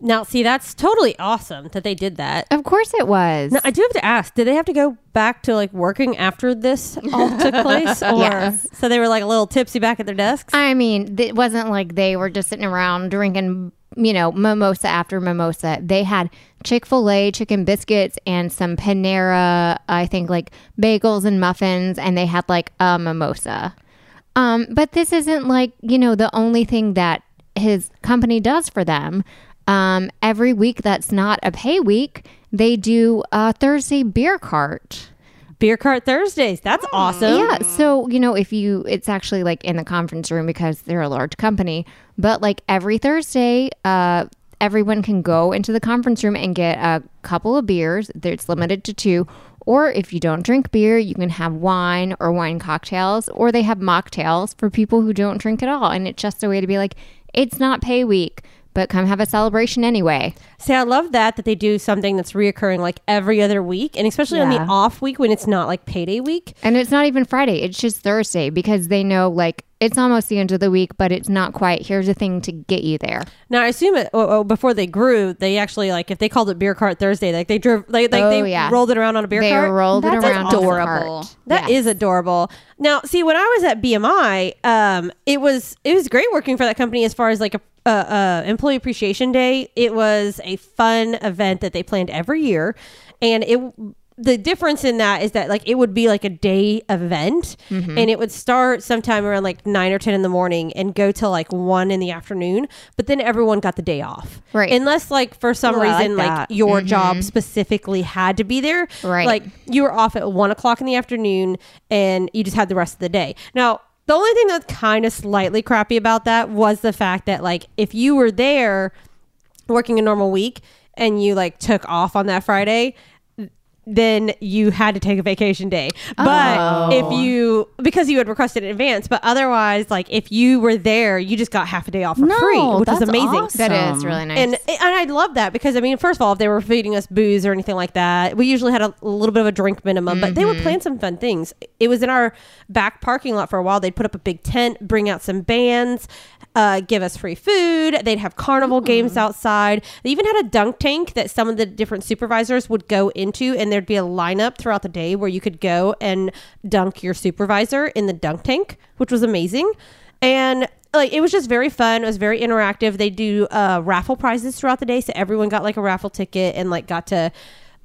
Now, see, that's totally awesome that they did that. Of course it was. Now, I do have to ask: Did they have to go back to like working after this all took place, or Yes. so they were like a little tipsy back at their desks? I mean, th- it wasn't like they were just sitting around drinking, you know, mimosa after mimosa. They had Chick fil A chicken biscuits and some Panera, I think, like bagels and muffins, and they had like a mimosa. Um, but this isn't like, you know, the only thing that his company does for them. Um, every week that's not a pay week, they do a Thursday beer cart. Beer cart Thursdays. That's awesome. Yeah. So, you know, if you, it's actually like in the conference room because they're a large company, but like every Thursday, uh, everyone can go into the conference room and get a couple of beers. It's limited to two. Or if you don't drink beer, you can have wine or wine cocktails, or they have mocktails for people who don't drink at all. And it's just a way to be like, it's not pay week, but come have a celebration anyway. See, I love that that they do something that's reoccurring like every other week, and especially on the Yeah. off week when it's not like payday week. And it's not even Friday, it's just Thursday because they know like it's almost the end of the week, but it's not quite. Here's a thing to get you there. Now, I assume it, oh, oh, before they grew, they actually like if they called it beer cart Thursday, like they drove, like, like Oh, they yeah. rolled it around on a beer They cart. rolled it That's around. on the adorable. cart. That is Yeah. adorable. Now, see, when I was at BMI, um, it was it was great working for that company as far as like a uh, uh, employee appreciation day. It was a fun event that they planned every year, and it the difference in that is that like it would be like a day event, Mm-hmm. and it would start sometime around like nine or ten in the morning and go till like one in the afternoon. But then everyone got the day off, Right. Unless like for some Ooh, I like reason like, that. Mm-hmm. your job specifically had to be there, Right. Like you were off at one o'clock in the afternoon and you just had the rest of the day. Now, the only thing that's kind of slightly crappy about that was the fact that, like, if you were there working a normal week and you like took off on that Friday, then you had to take a vacation day. But if you, because you had requested in advance, but otherwise, like, if you were there, you just got half a day off for free, which is that's amazing. awesome. That is Some- really nice. And and I love that because I mean, first of all, if they were feeding us booze or anything like that, we usually had a, little bit of a drink minimum, but they would plan some fun things. It was in our back parking lot for a while. They'd put up a big tent, bring out some bands, uh, give us free food. They'd have carnival games outside. They even had a dunk tank that some of the different supervisors would go into, and there'd be a lineup throughout the day where you could go and dunk your supervisor in the dunk tank, which was amazing and like it was just very fun. It was very interactive. They do uh, raffle prizes throughout the day, so everyone got like a raffle ticket and like got to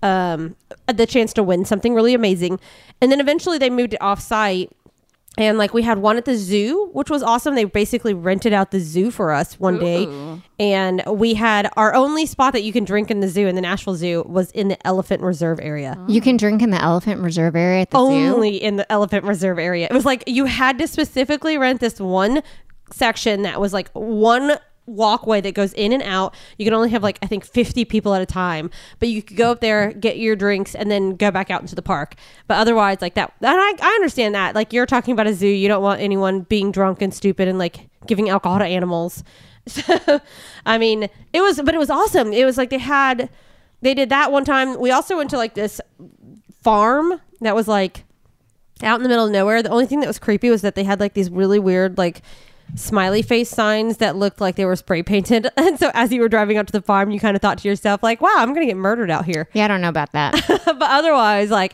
um, the chance to win something really amazing. And then eventually they moved it off site and like we had one at the zoo which was awesome they basically rented out the zoo for us one day and we had our only spot that you can drink in the zoo in the nashville zoo was in the elephant reserve area You can drink in the elephant reserve area at the zoo. only in the elephant reserve area it was like you had to specifically rent this one section that was like one walkway that goes in and out you can only have like i think 50 people at a time but you could go up there get your drinks and then go back out into the park but otherwise like that and I, I understand that like you're talking about a zoo you don't want anyone being drunk and stupid and like giving alcohol to animals so i mean it was but it was awesome it was like they had they did that one time we also went to like this farm that was like out in the middle of nowhere. The only thing that was creepy was that they had like these really weird like smiley face signs that looked like they were spray painted. And so as you were driving up to the farm, you kind of thought to yourself like, "Wow, I'm going to get murdered out here." Yeah, I don't know about that. but otherwise, like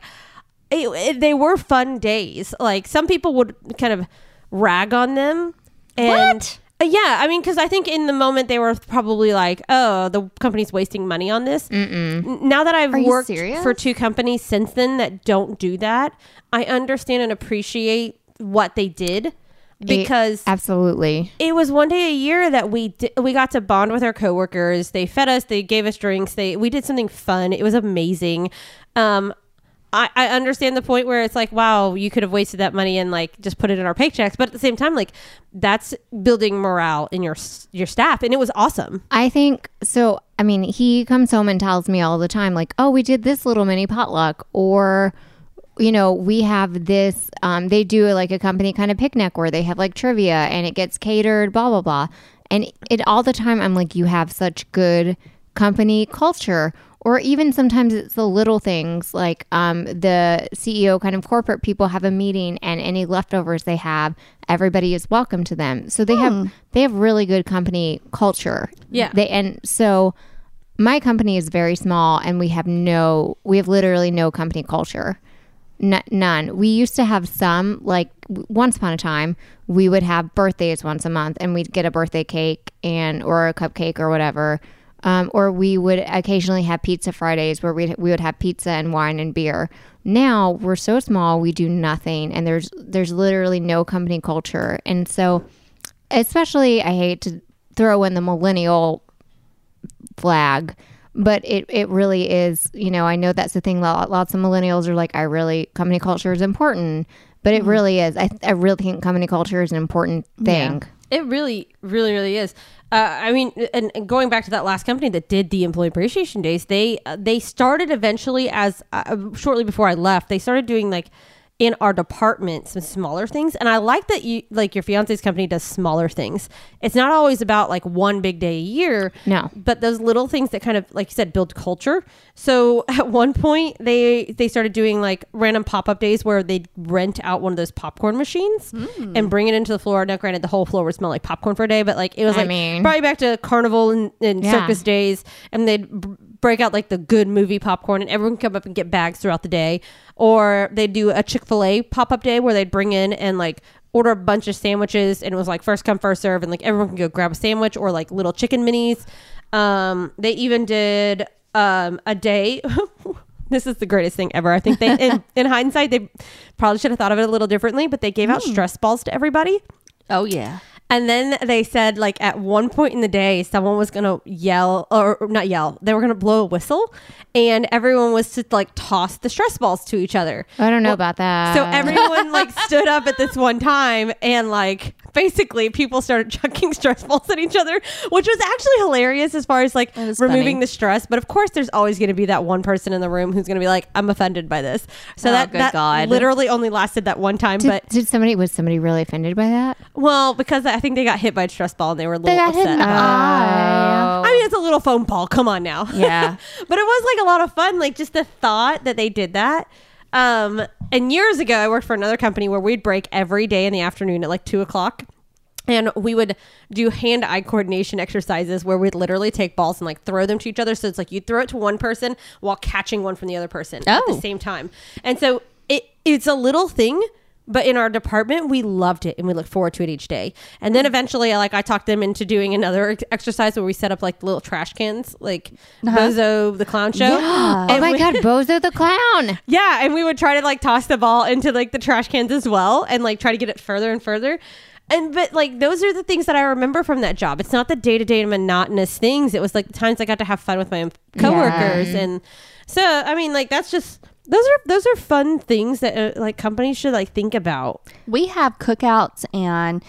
it, it- they were fun days. Like some people would kind of rag on them. And What? Uh, Yeah, I mean, because I think in the moment they were probably like, "Oh, the company's wasting money on this." N- Now that I've you worked serious? for two companies since then that don't do that, I understand and appreciate what they did because Absolutely. it was one day a year that we di- we got to bond with our coworkers. They fed us, they gave us drinks, they we did something fun. It was amazing. Um, I, I understand the point where it's like, wow, you could have wasted that money and like just put it in our paychecks, but at the same time, like that's building morale in your s- your staff, and it was awesome. I think so. I mean, he comes home and tells me all the time, like, oh, we did this little mini potluck, or, you know, we have this, um, they do like a company kind of picnic where they have like trivia and it gets catered, blah, blah, blah. And it all the time, I'm like, you have such good company culture. Or even sometimes it's the little things like um, the CEO kind of corporate people have a meeting and any leftovers they have, everybody is welcome to them. So they have they have really good company culture. Yeah. They and so my company is very small and we have no we have literally no company culture. N- none. We used to have some like w- once upon a time we would have birthdays once a month and we'd get a birthday cake and or a cupcake or whatever. Um, or we would occasionally have pizza Fridays where we we would have pizza and wine and beer. Now we're so small we do nothing and there's there's literally no company culture. And so especially I hate to throw in the millennial flag but it, it really is you know i know that's the thing lo- lots of millennials are like i really company culture is important but Mm-hmm. it really is i, I really think company culture is an important thing It really, really, really is. Uh, I mean, and, and going back to that last company that did the employee appreciation days, they uh, they started eventually as uh, shortly before I left, they started doing like in our department some smaller things, and I like that you like your fiance's company does smaller things. It's not always about like one big day a year. No. but those little things that kind of like you said build culture. So at one point they they started doing like random pop-up days where they'd rent out one of those popcorn machines Hmm. and bring it into the floor. Now granted the whole floor would smell like popcorn for a day, but like it was I like mean- probably back to carnival and, and Yeah. circus days and they'd b- break out like the good movie popcorn and everyone could come up and get bags throughout the day or they'd do a chick-fil-a pop-up day where they'd bring in and like order a bunch of sandwiches and it was like first come first serve and like everyone can go grab a sandwich or like little chicken minis um, they even did um, a day this is the greatest thing ever i think they in, in hindsight they probably should have thought of it a little differently but they gave out stress balls to everybody Oh yeah. and then they said, like, at one point in the day, someone was going to yell, or not yell, they were going to blow a whistle, and everyone was to, like, toss the stress balls to each other. i don't know about that Uh. So everyone, like, stood up at this one time, and, like, basically people started chucking stress balls at each other, which was actually hilarious as far as, like, That is removing funny. the stress. But of course, there's always going to be that one person in the room who's going to be like, I'm offended by this. So Oh, that, good that God. literally only lasted that one time. did, but did somebody was somebody really offended by that well, because I think they got hit by a stress ball and they were a little upset. Oh. I mean, it's a little foam ball. Come on now. Yeah. but it was like a lot of fun. Like just the thought that they did that. Um, and years ago, I worked for another company where we'd break every day in the afternoon at like two o'clock. And we would do hand eye coordination exercises where we'd literally take balls and like throw them to each other. So it's like you throw it to one person while catching one from the other person at the Oh. same time. And so it, it's a little thing, But in our department, we loved it and we look forward to it each day. And then eventually, I, like I talked them into doing another ex- exercise where we set up like little trash cans, like Bozo the Clown Show. Uh-huh. oh my God, Bozo the clown. Yeah, and we would try to like toss the ball into like the trash cans as well and like try to get it further and further. And but like those are the things that I remember from that job. It's not the day to day monotonous things. It was like the times I got to have fun with my coworkers and so I mean like that's just those are those are fun things that uh, like companies should like think about. We have cookouts and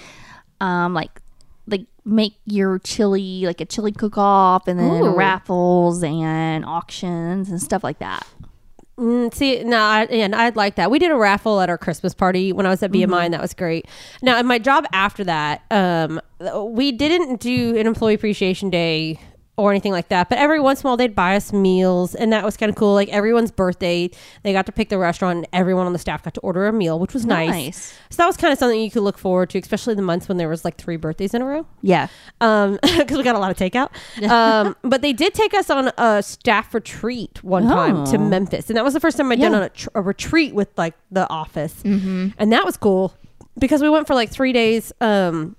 um, like like make your chili like a chili cook off and then Ooh. raffles and auctions and stuff like that. Mm, see, no, I, and I'd like that. We did a raffle at our Christmas party when I was at BMI, and that was great. Now, in my job after that, um, we didn't do an employee appreciation day or anything like that, but every once in a while they'd buy us meals, and that was kind of cool. Like everyone's birthday, they got to pick the restaurant, and everyone on the staff got to order a meal, which was nice. Nice. So that was kind of something you could look forward to, especially the months when there was like three birthdays in a row Yeah. um because we got a lot of takeout um but they did take us on a staff retreat one time Oh. to memphis and that was the first time i'd done Yeah. on a, tr- a retreat with like the office Mm-hmm. and that was cool because we went for like three days um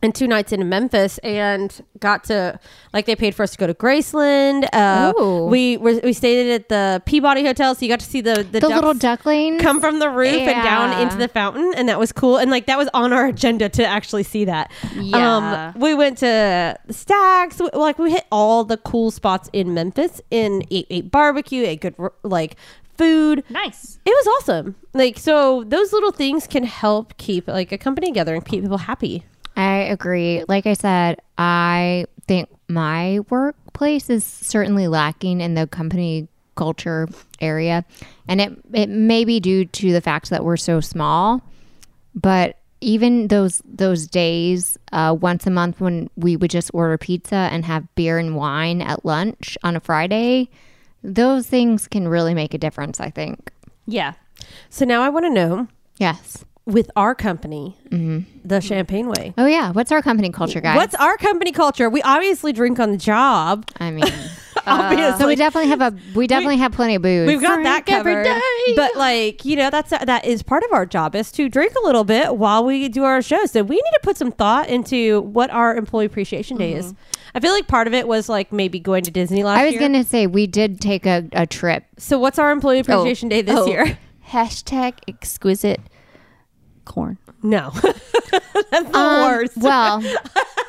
and two nights in Memphis, and got to like they paid for us to go to Graceland. Uh, Ooh. we were, we stayed at the Peabody Hotel, so you got to see the The the, ducks little ducklings. come from the roof and down Yeah. into the fountain and that was cool and like that was on our agenda to actually see that Yeah. um we went to stacks we, like we hit all the cool spots in memphis and ate, ate barbecue ate good like food Nice. it was awesome like so those little things can help keep like a company together and keep people happy I agree. Like I said, I think my workplace is certainly lacking in the company culture area. And it, it may be due to the fact that we're so small. But even those those days, uh, once a month when we would just order pizza and have beer and wine at lunch on a Friday, those things can really make a difference, I think. Yeah. so now i want to know Yes. with our company Mm-hmm. the champagne way Oh, yeah. What's our company culture, guys? what's our company culture we obviously drink on the job I mean, obviously so we definitely have a we definitely have plenty of booze. We've got that every covered. day. But like, you know, that's that is part of our job is to drink a little bit while we do our show. So we need to put some thought into what our employee appreciation day is. I feel like part of it was like maybe going to Disney last Mm-hmm. I was year. gonna say we did take a, a trip. so what's our employee appreciation day this Oh. year? Hashtag exquisite corn. No. that's the Um, worst. Well,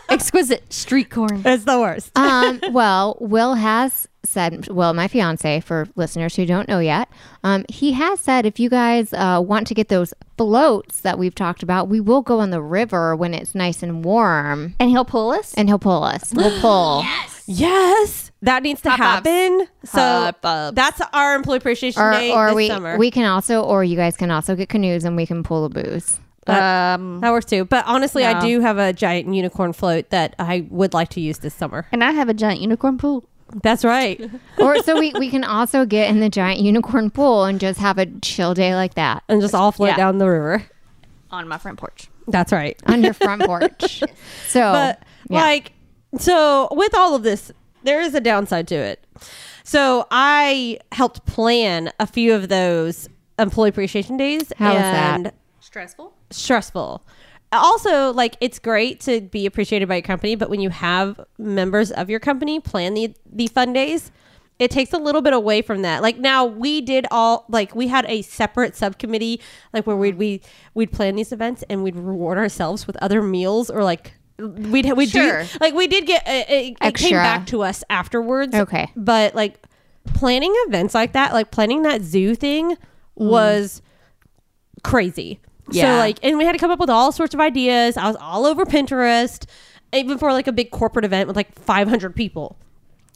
Exquisite street corn. that's the worst. um, well, Will has said. Well, my fiance, for listeners who don't know yet, um, he has said if you guys uh, want to get those floats that we've talked about, we will go on the river when it's nice and warm, And he'll pull us. and he'll pull us. We'll pull. yes. That needs to happen. So Hot bubs. that's our employee appreciation Or, day or this we summer. we can also, or you guys can also get canoes and we can pull the booze. um, that works too. But honestly, I No. do have a giant unicorn float that I would like to use this summer. and I have a giant unicorn pool. That's right. or so we, we can also get in the giant unicorn pool and just have a chill day like that and just all float Yeah. down the river. on my front porch. That's right. on your front porch. So But yeah. like, so with all of this, there is a downside to it. So I helped plan a few of those employee appreciation days. How was that? and Stressful? Stressful. Also, like it's great to be appreciated by your company, but when you have members of your company plan the the fun days, it takes a little bit away from that. Like now we did all like we had a separate subcommittee like where we'd we we'd plan these events and we'd reward ourselves with other meals or like we'd we Sure. do like we did get uh, it, it came Extra. back to us afterwards. Okay. But like planning events like that, like planning that zoo thing was crazy. So Yeah. like and we had to come up with all sorts of ideas. I was all over Pinterest even for like a big corporate event with like 500 people.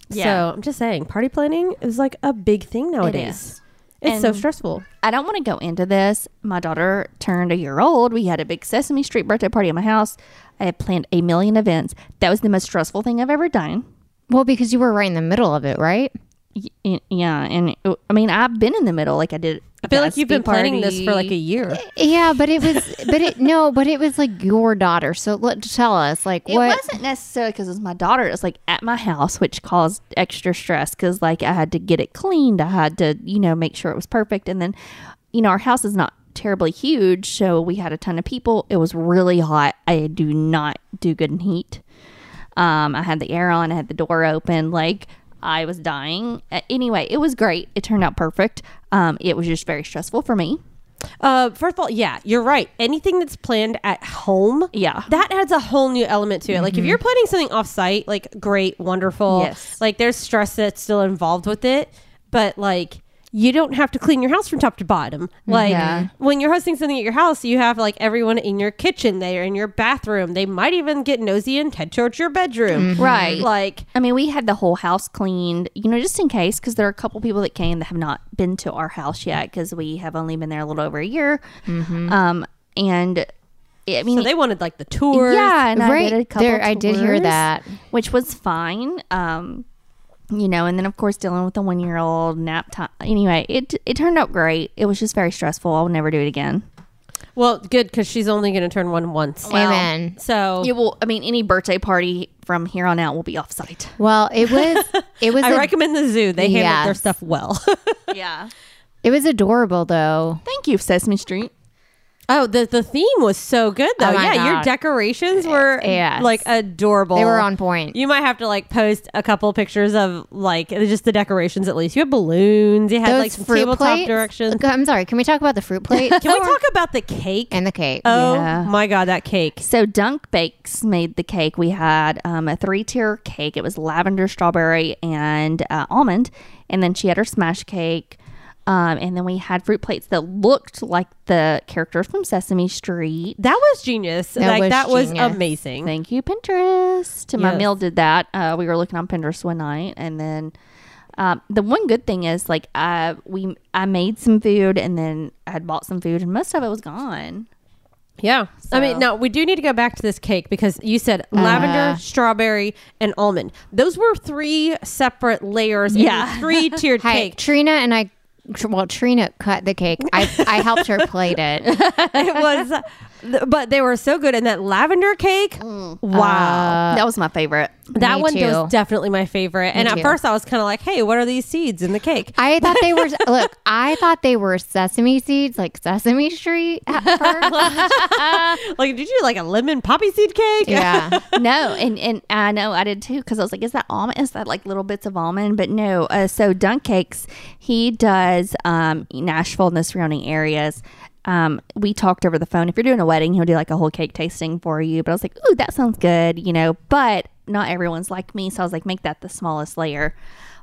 Yeah. So I'm just saying party planning is like a big thing nowadays. is. It's so And- stressful. I don't want to go into this. My daughter turned a year old. We had a big Sesame Street birthday party at my house. I had planned a million events. That was the most stressful thing I've ever done. well, because you were right in the middle of it, right? Y- y- yeah, and uh, I mean, I've been in the middle. Like I did. I feel like you've been planning this for like a year. Yeah, but it was, but it no, but it was like your daughter. So let tell us, like It what? wasn't necessarily because it was my daughter. It was like at my house, which caused extra stress because like I had to get it cleaned. I had to, you know, make sure it was perfect. And then, you know, our house is not terribly huge, so we had a ton of people. It was really hot. I do not do good in heat. Um, I had the air on, I had the door open, like I was dying. Uh, Anyway, it was great. It turned out perfect. Um, it was just very stressful for me. Uh, first of all, yeah, you're right. Anything that's planned at home, Yeah. Mm-hmm. that adds a whole new element to it. Like if you're planning something off-site, like great, wonderful. Yes. Like there's stress that's still involved with it, but like you don't have to clean your house from top to bottom. Like Yeah. when you're hosting something at your house, you have like everyone in your kitchen, they're in your bathroom. They might even get nosy and head towards your bedroom. Right. Like I mean, we had the whole house cleaned, you know, just in case, because there are a couple people that came that have not been to our house yet because we have only been there a little over a year. Um, and I mean, so they wanted like the tours. yeah, and I Right. did a couple There- I did hear tours, that. which was fine. Um, you know, and then of course dealing with the one year old nap time. Anyway, it it turned out great. It was just very stressful. I'll never do it again. Well, good because she's only going to turn one once. Amen. So It will. I mean, any birthday party from here on out will be offsite. Well, it was it was I a- recommend the zoo. They handled Yes. their stuff well. yeah. it was adorable though. Thank you, Sesame Street. oh, the the theme was so good though. Oh my yeah, your God. Eh, decorations were yes. like adorable. They were on point. You might have to like post a couple pictures of like just the decorations at least. You had balloons. You had Those like some fruit tabletop plates. directions. Okay, I'm sorry. Can we talk about the fruit plate Can we talk about the cake? and the cake? oh Yeah. my god, that cake. So Dunk Bakes made the cake. We had um, a three-tier cake. It was lavender, strawberry, and uh, almond. And then she had her smash cake. Um, and then we had fruit plates that looked like the characters from Sesame Street. That was genius. That like was that was genius. amazing. Thank you, Pinterest. My Yes. meal did that. Uh, we were looking on Pinterest one night, and then um, the one good thing is like I we I made some food, and then I had bought some food, and most of it was gone. Yeah. I mean, now we do need to go back to this cake because you said Uh-huh. lavender, strawberry, and almond. Those were three separate layers. Yeah. Yeah. Three tiered Hi, cake. Trina and I. tr- Well, Trina cut the cake. I, I helped her plate it. It was, th- but they were so good. And that lavender cake, wow. that was my favorite. that Mm. Uh, me one too. was definitely my favorite. And at too. first I was kind of like, hey, what are these seeds in the cake? I thought they were look. I thought they were sesame seeds, like Sesame Street. At first. Like, did you like a lemon poppy seed cake? yeah, no, and and I know I did too because I was like, is that almond? Is that like little bits of almond? But no. Uh, so Dunk Cakes, he does um, Nashville and the surrounding areas. Um, we talked over the phone. If you're doing a wedding, he'll do like a whole cake tasting for you. But I was like, ooh, that sounds good, you know. But not everyone's like me, so I was like, make that the smallest layer.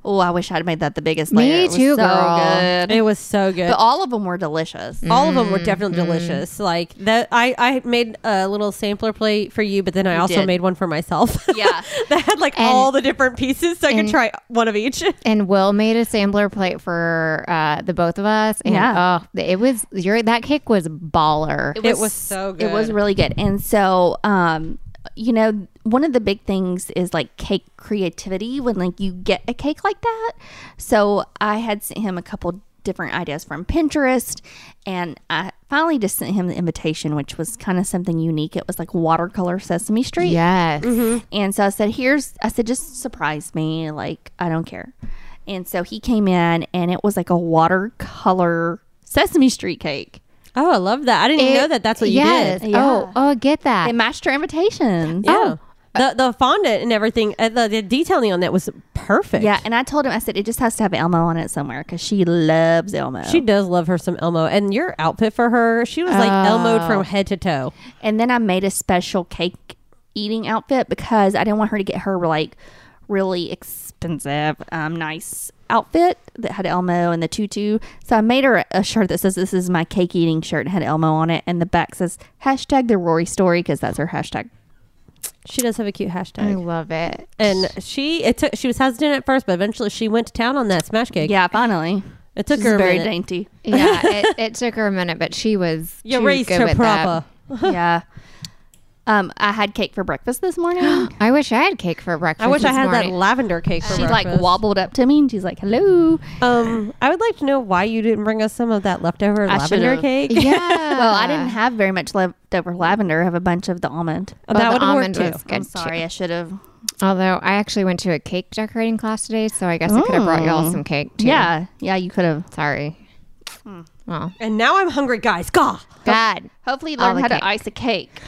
Oh, I wish I'd made that the biggest Me layer. It was too, so girl. good. It was so good. But all of them were delicious. all of Mm-hmm. them were definitely delicious. Like that, I I made a little sampler plate for you, but then I also did. made one for myself. Yeah. that had like And- all the different pieces, so I could try one of each. and Will made a sampler plate for uh, the both of us. And, Yeah. oh, it was your that cake was baller. It was so It was good. really good. And so, um, you know, one of the big things is like cake creativity when like you get a cake like that. So I had sent him a couple different ideas from Pinterest, and I finally just sent him the invitation, which was kind of something unique. It was like watercolor Sesame Street. yes, Mm-hmm. And so I said, here's, I said, just surprise me. Like, I don't care. And so he came in and it was like a watercolor Sesame Street cake. Oh, I love that. I didn't It- know that. That's what you yes. did. Oh, oh, I get that. It matched our invitations. Yeah. The, the fondant and everything, uh, the, the detailing on that was perfect. Yeah, and I told him, I said, it just has to have Elmo on it somewhere because she loves Elmo. She does love her some Elmo. And your outfit for her, she was like Elmoed Oh. from head to toe. and then I made a special cake eating outfit because I didn't want her to get her like really expensive, um, nice outfit that had Elmo and the tutu. So I made her a shirt that says, This is my cake eating shirt and had Elmo on it. And the back says, hashtag the Rory story because that's her hashtag. She does have a cute I hashtag. love it. And she it took she was hesitant at first, but eventually she went to town on that smash cake. Yeah, finally. It took She's her a very minute. dainty. Yeah, it, it took her a minute, but she was. she You was raised good her with proper. yeah. Um, I had cake for breakfast this morning. that. I wish I had cake for breakfast. I wish I this had morning. that lavender cake for she like breakfast. wobbled up to me and she's like, "Hello." Um, I would like to know why you didn't bring us some of that leftover I lavender should've. cake. Yeah. Well, I didn't have very much leftover lavender. I have a bunch of the almond. Oh, Well, the that would work almond too. was good I'm sorry, I should have. too. Although I actually went to a cake decorating class today, so I guess I could have brought y'all some cake too. Yeah, yeah, you could have. Sorry. Well, And now I'm hungry, guys. Gah. God. Hopefully, you All learn the how cake. to ice a cake.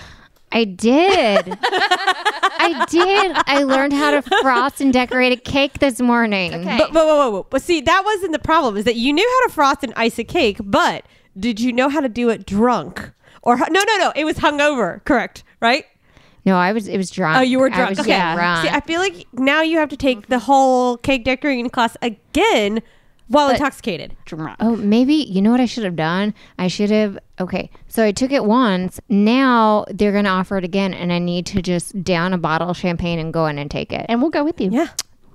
I did. I did. I learned how to frost and decorate a cake this morning. Okay. But, but, but, but, but see, that wasn't the problem. Is that you knew how to frost and ice a cake, but did you know how to do it drunk? Or hu- no, no, no. It was hungover. Correct. Right. No, I was. It was drunk. Oh, you were I drunk. was okay. drunk. See, I feel like now you have to take the whole cake decorating class again while intoxicated. Drunk. Oh, maybe you know what I should have done? I should have okay. So I took it once. Now they're gonna offer it again, and I need to just down a bottle of champagne and go in and take it. And we'll go with you. Yeah.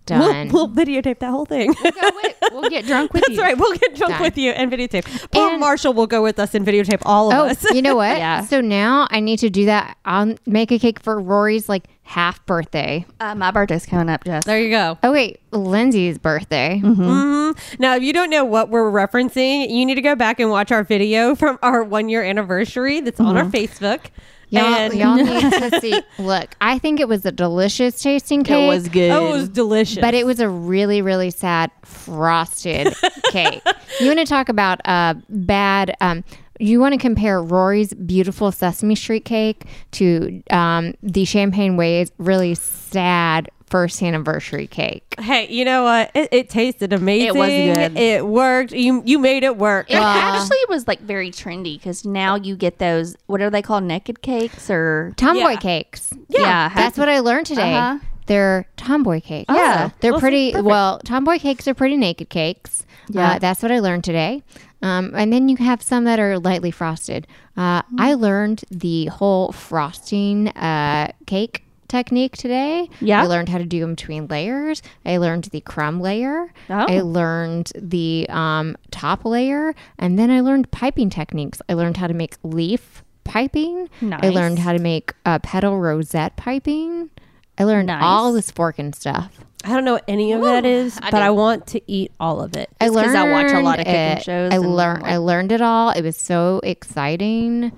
Done. We'll, we'll videotape that whole thing. we'll get drunk with That's you. right. We'll get drunk Done. with you and videotape. Poor And- Marshall will go with us and videotape all of oh, us. you know what? Yeah. So now I need to do that. I'll make a cake for Rory's like half birthday. Uh, my birthday's coming up, Jess. there you go. Oh wait, Lindsay's birthday. Mm-hmm. Now, if you don't know what we're referencing, you need to go back and watch our video from our one year anniversary that's on our Facebook. Mm-hmm. Y'all, and y'all need to see. Look, I think it was a delicious tasting cake. good. oh, it was delicious. But it was a really, really sad frosted cake. You want to talk about uh, bad. Um, you want to compare Rory's beautiful Sesame Street cake to um, the Champagne Way's really sad first anniversary cake. hey, you know what? It, it tasted amazing. good. It worked. You you made it work. It actually was like very trendy because now you get those what are they called naked cakes or Tomboy Yeah. cakes. Yeah. That's what I learned today. Uh-huh. Oh, They're tomboy cakes. Yeah. They're Well, see, pretty, perfect. well, tomboy cakes are pretty naked cakes. Yeah. Uh, that's what I learned today. Um, and then you have some that are lightly frosted. Uh, Hmm. I learned the whole frosting uh, cake technique today. Yeah. I learned how to do them between layers. I learned the crumb layer. Oh. I learned the um, top layer. And then I learned piping techniques. I learned how to make leaf piping. I Nice. learned how to make uh, pedal rosette piping. I learned Nice. all this fork and stuff. I don't know what any of that is, but I want to eat all of it. I 'cause learned. I watch a lot of cooking it. shows I and, learned. I learned it all. It was so exciting.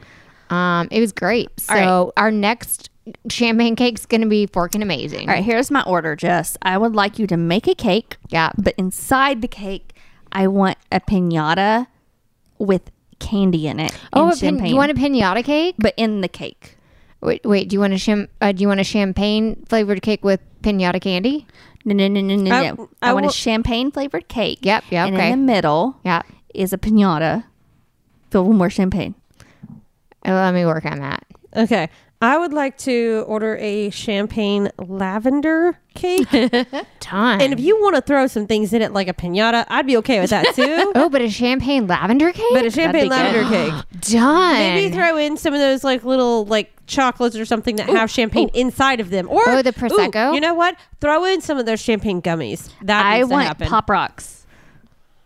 Um, it was great. So our next champagne cake's gonna be forking amazing. all right here's my order jess i would like you to make a cake Yeah. but inside the cake i want a piñata with candy in it Oh, and a pin- you want a pinata cake? but in the cake Wait, wait. Do you want a sham- uh, Do you want a champagne flavored cake with pinata candy? no no no no no I- no. I i, want will- a champagne flavored cake Yep, yep, and okay. in the middle Yeah. is a piñata filled with more champagne Uh, Let me work on that. Okay. I would like to order a champagne lavender cake. and Time. if you want to throw some things in it like a piñata, I'd be okay with that too. oh, but a champagne lavender cake. but a champagne be good. lavender cake. Done. Maybe throw in some of those like little like chocolates or something that have champagne inside of them. Or Oh, the ooh, Prosecco? you know what? Throw in some of those champagne gummies. That i needs to want happen. pop rocks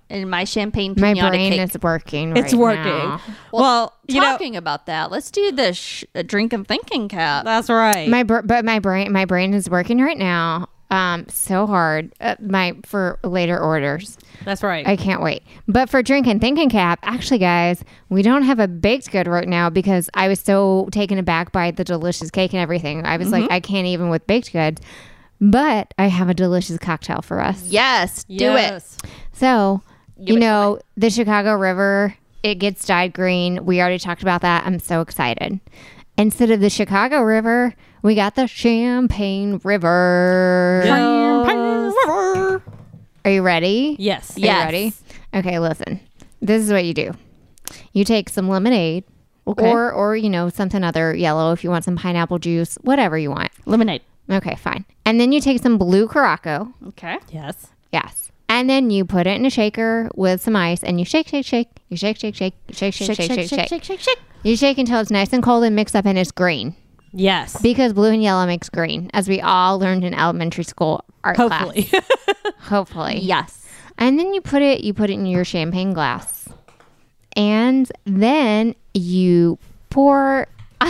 in my champagne My piñata brain cake is working. It's right working. now. Well, you know talking about that, let's do the sh- uh, drink and thinking cap. that's right. My br- but my brain my brain is working right now. Um, so hard. Uh, my for later orders. that's right. I can't wait. But for drink and thinking cap, actually, guys, we don't have a baked good right now because I was so taken aback by the delicious cake and everything. I was like, Mm-hmm. I can't even with baked goods. But I have a delicious cocktail for us. Yes, Yes. So, you know, the Chicago River, it gets dyed green. We already talked about that. I'm so excited. Instead of the Chicago River, we got the Champagne River. Are you ready? Yes. Are you Yes. ready? Okay, listen. This is what you do. You take some lemonade or or you know, something other yellow if you want some pineapple juice, whatever you want. Lemonade. Okay, fine. And then you take some blue Caraco. Okay. Yes. Yes. And then you put it in a shaker with some ice and you shake, shake, shake. You shake, shake, shake. You shake, shake, shake, shake, shake. shake, shake. You shake until it's nice and cold and mixed up and it's green. Yes. Because blue and yellow makes green, as we all learned in elementary school art Hopefully. class. Hopefully. Yes. And then you put it you put it in your champagne glass. And then you pour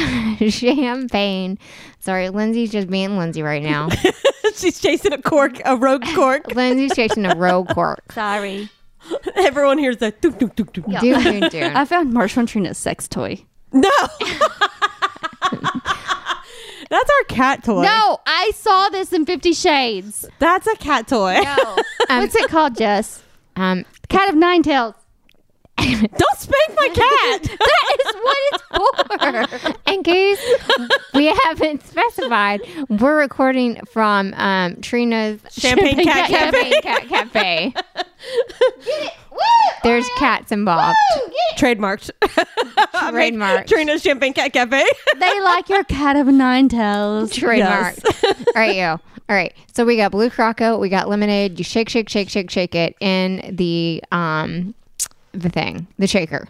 champagne. Sorry, Lindsay's just being Lindsay right now. She's chasing a cork, a rogue cork. Lindsay's chasing a rogue cork. Sorry. Everyone hears that. Doop, doop, doop, doop. Do do do. I found Marshall and Trina's sex toy. No. That's our cat toy. No, I saw this in Fifty Shades. That's a cat toy. What's it called, Jess? Um, Cat of Nine Tails. Don't spank my cat. that is what it's for. In case we haven't specified, we're recording from um, Trina's Champagne Cat Cafe. Champagne Cat Cafe. There's cats involved. Trademarked. I made Trademarked. Trina's Champagne Cat Cafe. They like your cat of nine tails. Trademark. All right, yo. All right. So we got Blue Croco, we got lemonade. You shake, shake, shake, shake, shake it in the um the thing, the shaker.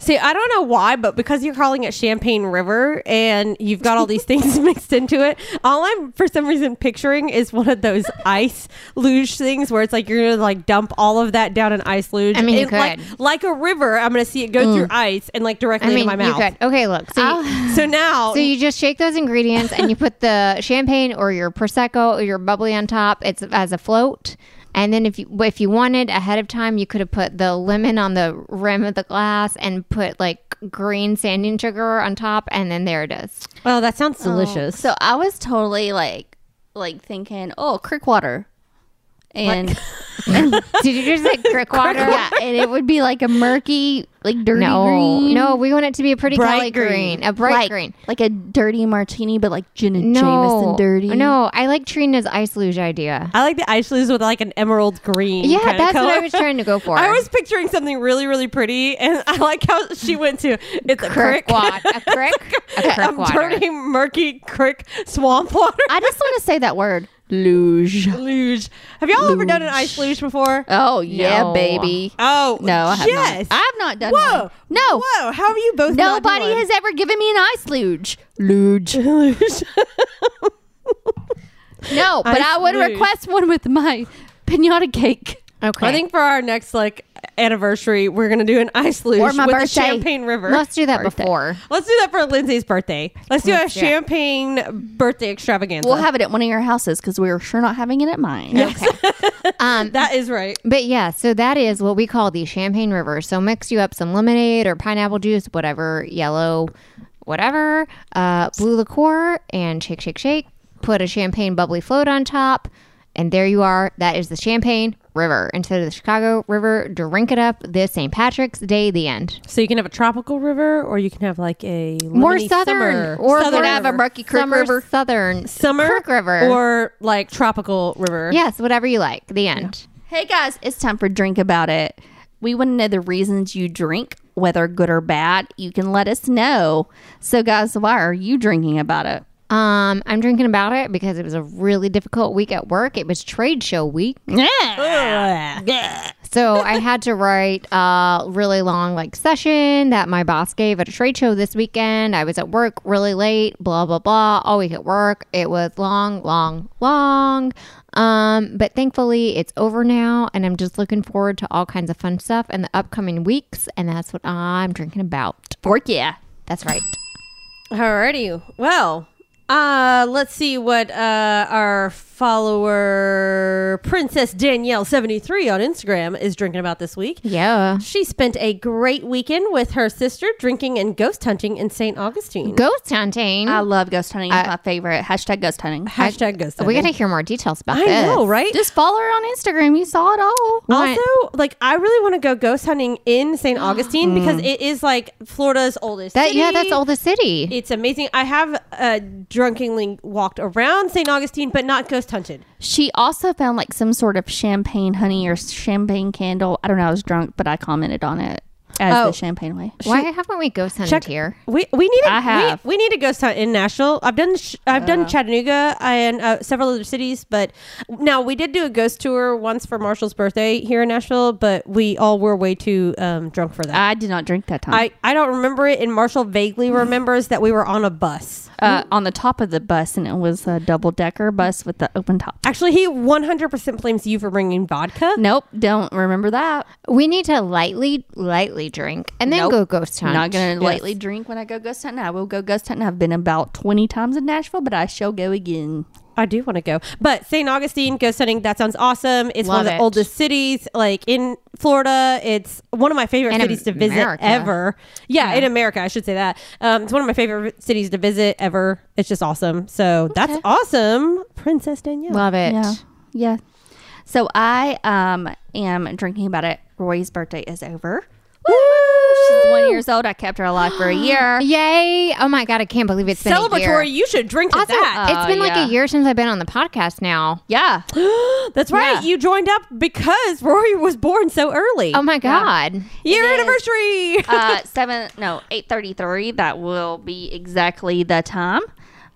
See, I don't know why, but because you're calling it Champagne River and you've got all these things mixed into it, all I'm for some reason picturing is one of those ice luge things where it's like you're gonna like dump all of that down an ice luge. I mean, you It- like could. Mm. like a river. I'm gonna see it go through ice and like I directly mean, into my you mouth. could. Okay, look. So you- So now, So you just shake those ingredients and you put the champagne or your prosecco or your bubbly on top. It's as a float. And then if you if you wanted ahead of time, you could have put the lemon on the rim of the glass and put like green sanding sugar on top, and then there it is. oh, that sounds delicious. So I was totally like, like thinking, oh, creek water, and Did you just say crick water? yeah, and it would be like a murky, like dirty No, green. no, we want it to be a pretty Bright color green. green. a bright like, green. like a dirty martini, but like gin and No, Jameson dirty. No, I like Trina's ice luge idea. I like the ice luge with like an emerald green. Yeah, kinda that's what I color. was trying to go for. I was picturing something really, really pretty, and I like how she went to it's a crick, crick water. A crick. A crick a water. dirty, murky crick swamp water I just want to say that word luge. luge. Have y'all ever done an ice luge before? Oh yeah, No. baby. Oh No, I have yes. not. I've not done Whoa, one. No, whoa! How have you both? not nobody done has ever given me an ice luge. Luge. one? luge. No, but Ice I would luge. request one with my pinata cake. Okay. I think for our next like anniversary, we're gonna do an ice luge my with birthday. a champagne river. Let's do that before. Let's do that for Lindsay's birthday. Let's do a do it. champagne birthday extravaganza. We'll have it at one of your houses because we're sure not having it at mine. Um, that is right. but yeah, so that is what we call the Champagne River. So mix you up some lemonade or pineapple juice, whatever, yellow, whatever, uh, blue liqueur, and shake, shake, shake. Put a champagne bubbly float on top, and there you are. That is the Champagne River instead of the Chicago River. Drink it up this St. Patrick's Day. The end. So you can have a tropical river, or you can have like a More lemony southern, summer, or southern could have a murky Kirk summer River. Southern summer Kirk River. or like tropical river. yes, whatever you like. The end. Hey guys, it's time for Drink About It. We want to know the reasons you drink, whether good or bad. You can let us know. So, guys, why are you drinking about it? Um, I'm drinking about it because it was a really difficult week at work. It was trade show week, Yeah. so I had to write a really long like session that my boss gave at a trade show this weekend. I was at work really late, blah blah blah, all week at work. It was long, long, long. Um, but thankfully it's over now, and I'm just looking forward to all kinds of fun stuff in the upcoming weeks, and that's what I'm drinking about. Fork yeah. That's right. Alrighty. Well, uh, let's see what uh, our follower Princess Danielle seventy three on Instagram is drinking about this week. Yeah. She spent a great weekend with her sister drinking and ghost hunting in St. Augustine. Ghost hunting. I love ghost hunting. It's my favorite. Hashtag ghost hunting. Hashtag ghost we hunting. gotta hear more details about I this. know, right? Just follow her on Instagram. You saw it all. want- Mm-hmm. Also, like I really want to go ghost hunting in St. Augustine because it is like Florida's oldest. That yeah, city. that's all the city. It's amazing. I have uh, drunkenly walked around St. Augustine, but not ghost hunted. She also found like some sort of champagne honey or champagne candle. I don't know. I was drunk, but I commented on it as Oh. the champagne way. Why haven't we ghost hunted here? We we need. A, I have. We, we need to ghost hunt in Nashville. I've done. Sh- I've Uh. done Chattanooga and uh, several other cities, but now we did do a ghost tour once for Marshall's birthday here in Nashville, but we all were way too um, drunk for that. I did not drink that time. I, I don't remember it, and Marshall vaguely remembers that we were on a bus. uh, on the top of the bus, and it was a double decker bus with the open top. Actually, he 100% blames you for bringing vodka. Nope, don't remember that. We need to lightly, lightly drink and then Nope. go ghost hunt. Not gonna lightly drink when I go ghost hunting. I will go ghost hunting. I've been about twenty times in Nashville, but I shall go again. I do want to go. But St. Augustine ghost hunting, that sounds awesome. It's one Love of the it. oldest cities like in Florida. It's one of my favorite In cities to visit America. ever. Yeah, in America, I should say that. Um, it's one of my favorite cities to visit ever. It's just awesome. So that's awesome, Princess Danielle. Love it. Yeah, yeah. So I um am drinking about it. Roy's birthday is over. She's one years old. I kept her alive for a year. Yay! Oh my god, I can't believe it's been A year. Celebratory. You should drink to Also, that. it's been like yeah. a year since I've been on the podcast now. Yeah. That's right. Uh, yeah. You joined up because Rory was born so early. Oh my god. Year Um, It is. anniversary. uh, seven no eight thirty three. That will be exactly the time.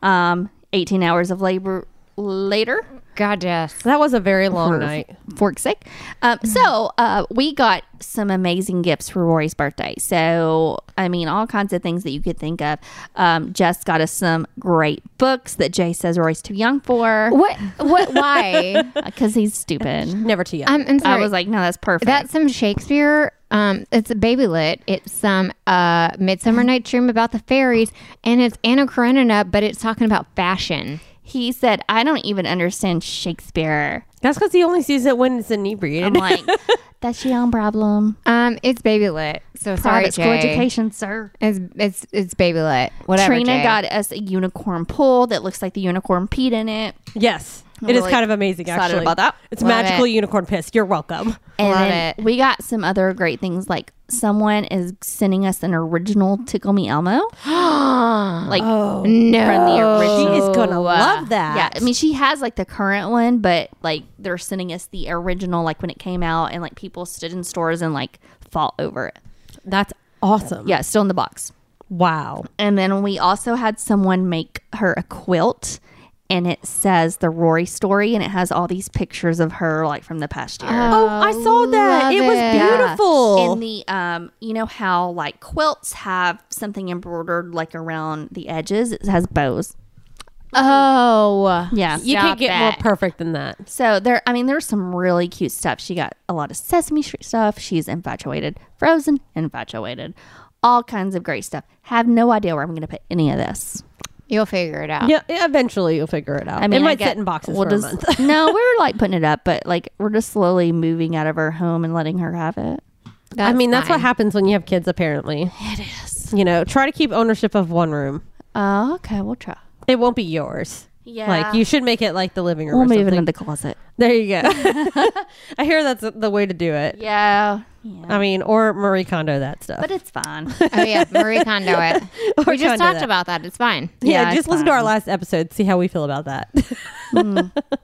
Um, eighteen hours of labor later. God yes. that was a very long night. Fork's sake. Um, so uh, we got some amazing gifts for Rory's birthday. So I mean, all kinds of things that you could think of. Um, Jess got us some great books that Jay says Rory's too young for What what why? because he's stupid. Never too young. I'm, I'm I sorry. was like, no, that's perfect. That's some Shakespeare. Um, it's a baby lit. It's some uh, Midsummer Night's Dream about the fairies, and it's Anna Karenina, but it's talking about fashion. he said, I don't even understand Shakespeare. That's because he only sees it when it's inebriated. I'm like, that's your own problem. Um, it's baby lit. So sorry, Private school Jay. education, sir. It's it's it's baby lit. Whatever. Trina Jay. got us a unicorn pool that looks like the unicorn peed in it. yes. It is really kind of amazing, excited actually. about that. It's Love magical unicorn piss. You're welcome. And Love then we got some other great things like someone is sending us an original Tickle Me Elmo. like no. from the She original. is gonna love that. Yeah, I mean, she has like the current one, but like they're sending us the original, like when it came out, and like people stood in stores and like fought over it. that's awesome. Yeah, still in the box. Wow. And then we also had someone make her a quilt and it says the Rory story and it has all these pictures of her like from the past year. Oh, I saw that. love It was it. beautiful. In the um, you know how like quilts have something embroidered like around the edges. It has bows. Oh. Yeah. you can't Stop get it. more perfect than that. So there, I mean, there's some really cute stuff. She got a lot of Sesame Street stuff. She's infatuated, Frozen, infatuated, all kinds of great stuff. Have no idea where I'm going to put any of this. You'll figure it out. Yeah, e, eventually you'll figure it out. I mean, it I might get- sit in boxes we'll for just, a month. no, we're like putting it up, but like we're just slowly moving out of our home and letting her have it. I mean, that's fine. what happens when you have kids. Apparently, it is. You know, try to keep ownership of one room. Oh, okay, we'll try. It won't be yours. Yeah. like you should make it like the living room. We'll or move it something. in the closet. There you go. I hear that's the way to do it. Yeah, yeah, I mean, or Marie Kondo that stuff. but it's fine. Oh yeah, Marie Kondo it. we just Kondo talked that. about that. It's fine. yeah, yeah, just it's Hmm. listen to our fine. last episode. See how we feel about that.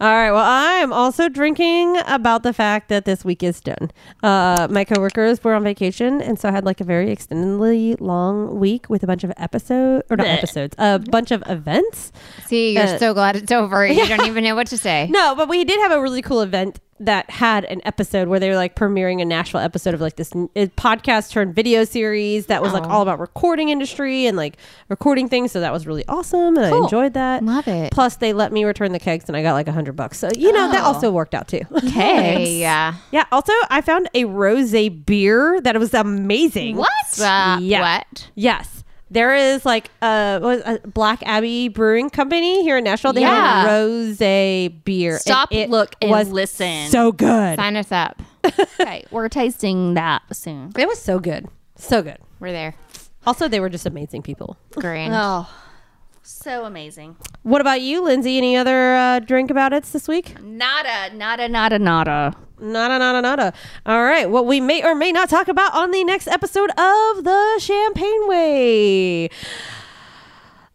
All right. Well, I am also drinking about the fact that this week is done. Uh, my coworkers were on vacation, and so I had like a very extendedly long week with a bunch of episodes or not Bleh. episodes, a bunch of events. See, you're Uh, so glad it's over. You don't even know what to say. No, but we did have a really cool event that had an episode where they were like premiering a Nashville episode of like this n- uh, podcast turned video series that was like Oh. all about recording industry and like recording things. So that was really awesome, and I enjoyed that. Love it. Plus, they let me return the kegs, and I got like a hundred bucks. So you know that also worked out too. Hey, yeah. yeah. Also, I found a rose beer that was amazing. Uh, Yeah. What? Yes. There is like a, what was it, a Black Abbey Brewing Company here in Nashville. They have Yeah. a rose beer. Stop, and it look, and was listen. So good. Sign us up. okay, we're tasting that soon. It was so good. So good. We're there. Also, they were just amazing people. Grand. Oh, so amazing. What about you, Lindsay? Any other uh, drink about it this week? Nada, nada, nada, nada. Nada, nada, nada. All right. What we may or may not talk about on the next episode of The Champagne Way.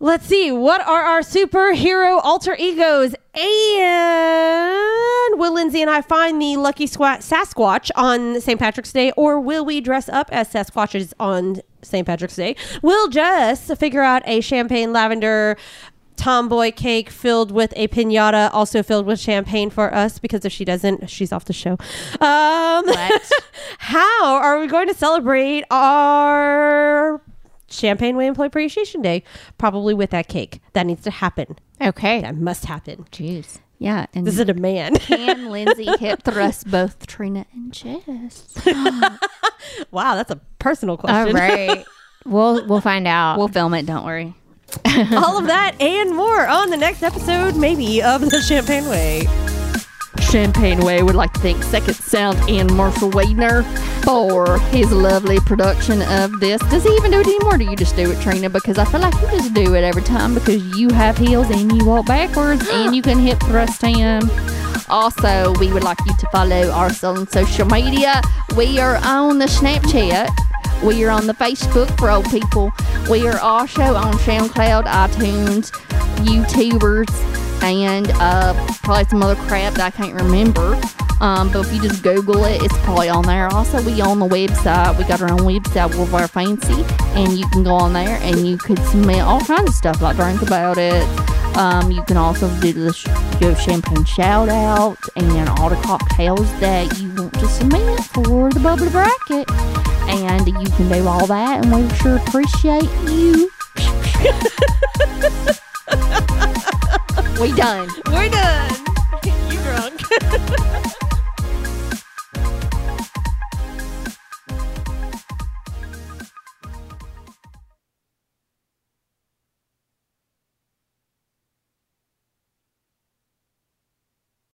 Let's see. What are our superhero alter egos? And will Lindsay and I find the lucky squat Sasquatch on St. Patrick's Day, or will we dress up as Sasquatches on St. Patrick's Day? We'll just figure out a champagne lavender tomboy cake filled with a pinata, also filled with champagne for us, because if she doesn't, she's off the show. Um, how are we going to celebrate our Champagne Way Employee Appreciation Day, probably with that cake. That needs to happen. Okay. That must happen. Jeez. Yeah, and This is a demand. and Lindsay hip thrust both Trina and Jess. wow, that's a personal All question. right. we'll we'll find out. We'll film it. Don't worry. All of that and more on the next episode, maybe, of The Champagne Way. Champagne Way would like to thank Second Sound and Marshall Wadner for his lovely production of this. Does he even do it anymore? Or do you just do it, Trina? Because I feel like you just do it every time because you have heels and you walk backwards and you can hip thrust him. Also, we would like you to follow us on social media. We are on the Snapchat. We are on the Facebook for old people. We are also on SoundCloud, iTunes, YouTubers, and uh, probably some other crap that I can't remember. Um, but if you just Google it, it's probably on there. Also, we on the website. We got our own website, World War Fancy, and you can go on there and you could submit all kinds of stuff like drink about it. Um, you can also do the sh- your champagne shout out and all the cocktails that you want to submit for the bubbly bracket. And you can do all that, and we sure appreciate you. we done. We're done. you drunk.